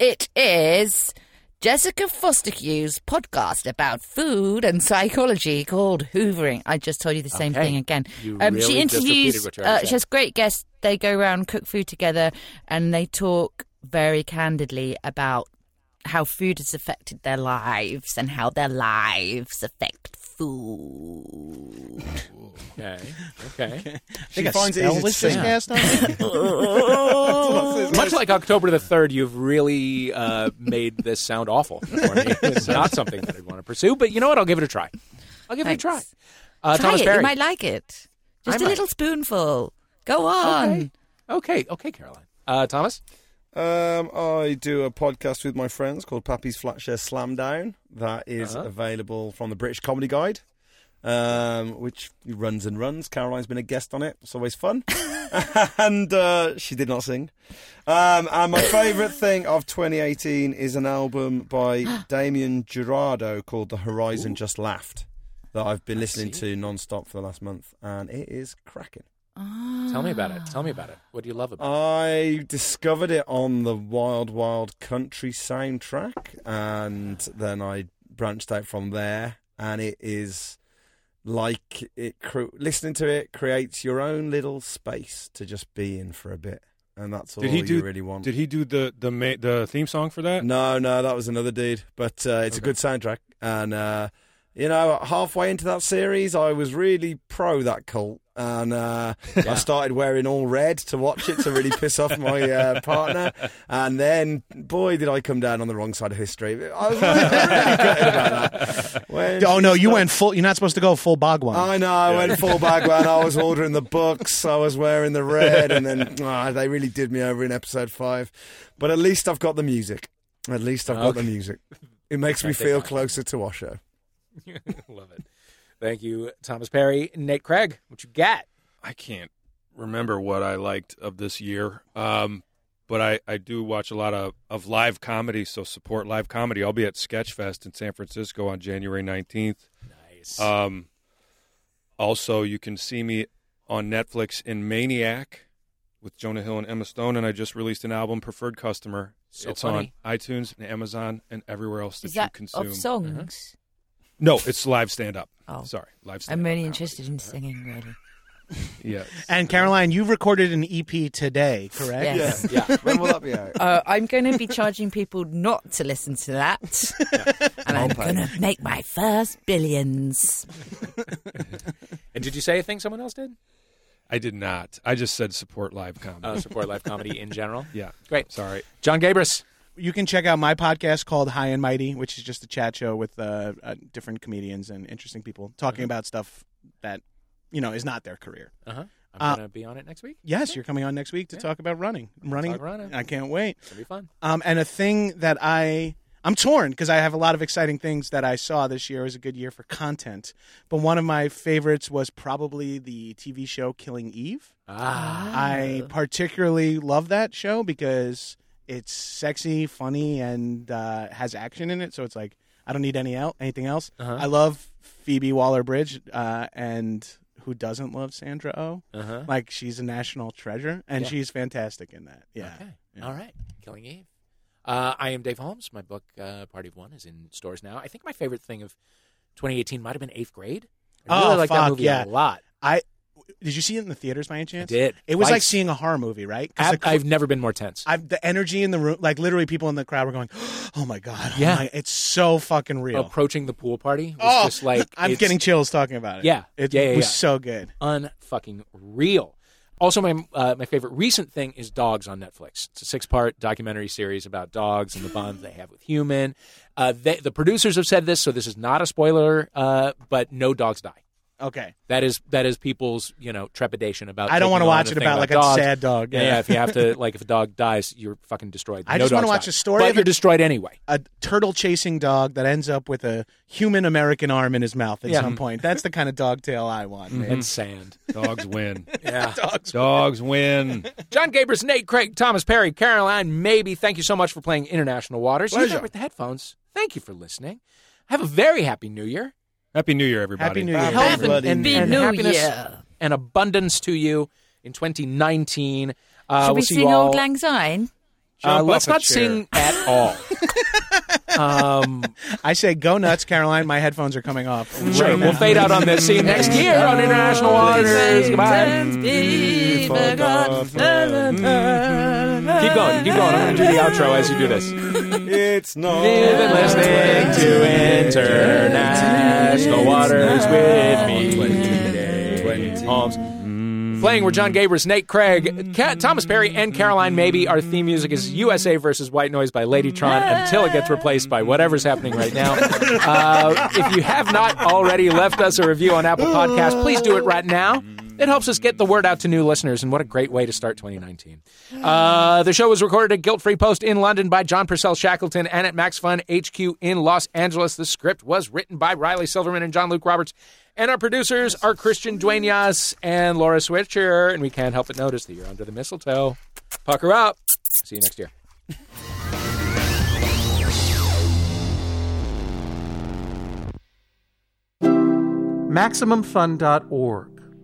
Speaker 3: It is Jessica Foster Hughes' podcast about food and psychology called Hoovering. I just told you the same
Speaker 11: Okay.
Speaker 3: thing again. Um,
Speaker 11: You
Speaker 3: she
Speaker 11: really just repeated
Speaker 3: interviews,
Speaker 11: what you already
Speaker 3: uh,
Speaker 11: said.
Speaker 3: she has great guests. They go around, cook food together, and they talk very candidly about how food has affected their lives and how their lives affect food.
Speaker 1: Okay. Okay.
Speaker 4: She I finds it spelled easy to this sing. podcast on me?
Speaker 1: Much like October the 3rd, you've really uh, made this sound awful for me. It's not something that I'd want to pursue, but you know what? I'll give it a try. I'll give it a try. Uh,
Speaker 3: Try
Speaker 1: Thomas
Speaker 3: it.
Speaker 1: Berry.
Speaker 3: You might like it. Just a
Speaker 1: might.
Speaker 3: little spoonful. Go on.
Speaker 1: Okay. Okay. Okay, Caroline. Uh, Thomas?
Speaker 2: Um, I do a podcast with my friends called Pappy's Flatshare Slam Down. That is
Speaker 1: Uh-huh.
Speaker 2: available from the British Comedy Guide, um, which runs and runs. Caroline's been a guest on it. It's always fun. and uh, she did not sing. Um, and my favourite thing of 2018 is an album by Damien Gerardo called The Horizon Just Laughed that I've been listening to non-stop for the last month. And it is cracking.
Speaker 1: Tell me about it. Tell me about it. What do you love about
Speaker 2: I discovered it on the Wild Wild Country soundtrack, and then I branched out from there. And it is like it. Cr- listening to it creates your own little space to just be in for a bit, and that's all
Speaker 5: did he
Speaker 2: Oh, you
Speaker 5: do?
Speaker 2: really want.
Speaker 5: Did he do the the ma- the theme song for that?
Speaker 2: No, no, that was another dude. But uh, it's a good soundtrack, and uh, You know, halfway into that series, I was really pro that cult, and uh, I started wearing all red to watch it to really piss off my uh, partner. And then, boy, did I come down on the wrong side of history. I was like, When
Speaker 4: oh no, you went full. You're not supposed to go full Bhagwan.
Speaker 2: I know. I went full Bagwan. I was ordering the books. I was wearing the red, and then ah, they really did me over in episode five. But at least I've got the music. At least I've got the
Speaker 1: Okay.
Speaker 2: music. It makes me
Speaker 1: Can't take
Speaker 2: feel
Speaker 1: that.
Speaker 2: closer to Osho.
Speaker 1: Love it. Thank you, Thomas Perry. Nate Craig, what you got?
Speaker 5: I can't remember what I liked of this year, um, but I, I do watch a lot of, of live comedy, so support live comedy. I'll be at Sketchfest in San Francisco on January 19th. Nice. Um, also, you can see me on Netflix in Maniac with Jonah Hill and Emma Stone, and I just released an album, Preferred Customer.
Speaker 1: So
Speaker 5: it's
Speaker 1: funny.
Speaker 5: on iTunes and Amazon and everywhere else that,
Speaker 3: Is that
Speaker 5: you consume.
Speaker 11: uh-huh.
Speaker 3: of songs?
Speaker 5: No, it's live stand up.
Speaker 3: Oh.
Speaker 5: Sorry, live stand
Speaker 3: I'm really interested in
Speaker 11: Uh-huh.
Speaker 3: singing, really.
Speaker 5: up. Yeah.
Speaker 4: And Caroline, you recorded an EP today, correct?
Speaker 3: Yes. Uh, I'm going to be charging people not to listen to that. And I'm going to make my first billions.
Speaker 1: And did you say a thing someone else did?
Speaker 5: I did not. I just said support live comedy.
Speaker 1: Uh, support live comedy in general.
Speaker 5: Yeah.
Speaker 1: Great.
Speaker 5: Sorry.
Speaker 1: John Gabris.
Speaker 4: You can check out my podcast called High and Mighty, which is just a chat show with uh, uh, different comedians and interesting people
Speaker 1: Mm-hmm.
Speaker 4: talking about stuff that you know is not their career.
Speaker 1: Uh-huh. I'm
Speaker 4: Uh,
Speaker 1: going to be on it next week.
Speaker 4: Yes, you're coming on next week to talk about running. Running,
Speaker 1: talk running.
Speaker 4: I can't wait.
Speaker 1: It'll be fun.
Speaker 4: Um, and a thing that I I'm torn because I have a lot of exciting things that I saw this year. It was a good year for content, but one of my favorites was probably the TV show Killing Eve.
Speaker 1: Ah.
Speaker 4: I particularly love that show because it's sexy, funny, and uh, has action in it. So it's like I don't need any el- anything else.
Speaker 1: Uh-huh.
Speaker 4: I love Phoebe Waller Bridge, uh, and who doesn't love Sandra Oh?
Speaker 1: Uh-huh.
Speaker 4: Like she's a national treasure, and
Speaker 1: Yeah.
Speaker 4: she's fantastic in that. Yeah.
Speaker 1: Okay.
Speaker 4: Yeah.
Speaker 1: All right. Killing Eve. Uh, I am Dave Holmes. My book, uh, Party of One, is in stores now. I think my favorite thing of 2018 might have been Eighth Grade. I really
Speaker 4: oh,
Speaker 1: like
Speaker 4: fuck,
Speaker 1: that movie
Speaker 4: yeah.
Speaker 1: a lot.
Speaker 4: I did you see it in the theaters by any chance?
Speaker 1: did.
Speaker 4: It was like
Speaker 1: Twice.
Speaker 4: seeing a horror movie, right? 'Cause
Speaker 1: Ab-
Speaker 4: the cr-
Speaker 1: I've never been more tense.
Speaker 4: I've, the energy in the room, like literally, people in the crowd were going, "Oh my god, oh
Speaker 1: Yeah.
Speaker 4: my-" it's so fucking real."
Speaker 1: Approaching the pool party was
Speaker 4: Oh,
Speaker 1: just like
Speaker 4: I'm
Speaker 1: it's
Speaker 4: getting chills talking about it.
Speaker 1: Yeah.
Speaker 4: it
Speaker 1: Yeah, yeah,
Speaker 4: was
Speaker 1: yeah.
Speaker 4: so good.
Speaker 1: unfucking real. Also, my uh, my favorite recent thing is Dogs on Netflix. It's a six part documentary series about dogs and the bonds they have with human. Uh, they, the producers have said this, so this is not a spoiler. Uh, but no dogs die.
Speaker 4: Okay,
Speaker 1: That is that is people's you know trepidation about.
Speaker 4: I don't
Speaker 1: want
Speaker 4: wanna
Speaker 1: to
Speaker 4: watch it
Speaker 1: about,
Speaker 4: about, like, a
Speaker 1: dogs.
Speaker 4: sad dog.
Speaker 1: Yeah.
Speaker 4: Yeah.
Speaker 1: if you have to like if a dog dies, you're fucking destroyed.
Speaker 4: I
Speaker 1: No
Speaker 4: just want to
Speaker 1: dogs
Speaker 4: watch
Speaker 1: die.
Speaker 4: a story.
Speaker 1: but
Speaker 4: of
Speaker 1: you're
Speaker 4: a-
Speaker 1: destroyed anyway.
Speaker 4: A turtle chasing dog that ends up with a human American arm in his mouth at
Speaker 1: Yeah. Mm-hmm.
Speaker 4: some point. That's the kind of dog tale I want. man.
Speaker 1: And sand.
Speaker 5: Dogs win.
Speaker 1: Yeah.
Speaker 4: Dogs.
Speaker 5: Dogs win.
Speaker 1: John Gabers, Nate Craig, Thomas Perry, Caroline Maybe. Thank you so much for playing International Waters. You
Speaker 5: Pleasure.
Speaker 1: there with the headphones. Thank you for listening. Have a very happy New Year.
Speaker 5: Happy New Year, everybody.
Speaker 4: Happy New Year.
Speaker 1: Health and-
Speaker 4: everybody.
Speaker 1: and,
Speaker 3: Happy
Speaker 1: and
Speaker 3: New
Speaker 1: happiness
Speaker 3: Year.
Speaker 1: and abundance to you in 2019. Uh,
Speaker 3: Should
Speaker 1: we'll
Speaker 3: we
Speaker 1: see
Speaker 3: sing
Speaker 1: you all.
Speaker 3: Old Lang Syne?
Speaker 1: uh,
Speaker 4: Jump off
Speaker 1: let's
Speaker 4: a
Speaker 1: not
Speaker 4: chair.
Speaker 1: sing at all. um,
Speaker 4: I say go nuts, Caroline. My headphones are coming off.
Speaker 1: sure, we'll fade out on this. See you next year on International Waters. Goodbye. Mm-hmm. Keep going. Keep going. I'm going to do the outro as you do this.
Speaker 2: It's not.
Speaker 1: You've been listening to International Waters with me, Dave Holmes. Playing were John Gabris, Nate Craig, Ca Thomas Perry, and Caroline Maybe. Our theme music is USA versus White Noise by Ladytron until it gets replaced by whatever's happening right now. Uh, if you have not already left us a review on Apple Podcasts, please do it right now. It helps us get the word out to new listeners, and what a great way to start 2019. Uh, the show was recorded at Guilt Free Post in London by John Purcell Shackleton and at Max Fun HQ in Los Angeles. The script was written by Riley Silverman and John Luke Roberts. And our producers are Christian Duenas and Laura Switcher. And we can't help but notice that you're under the mistletoe. Pucker up. See you next year.
Speaker 14: MaximumFun.org.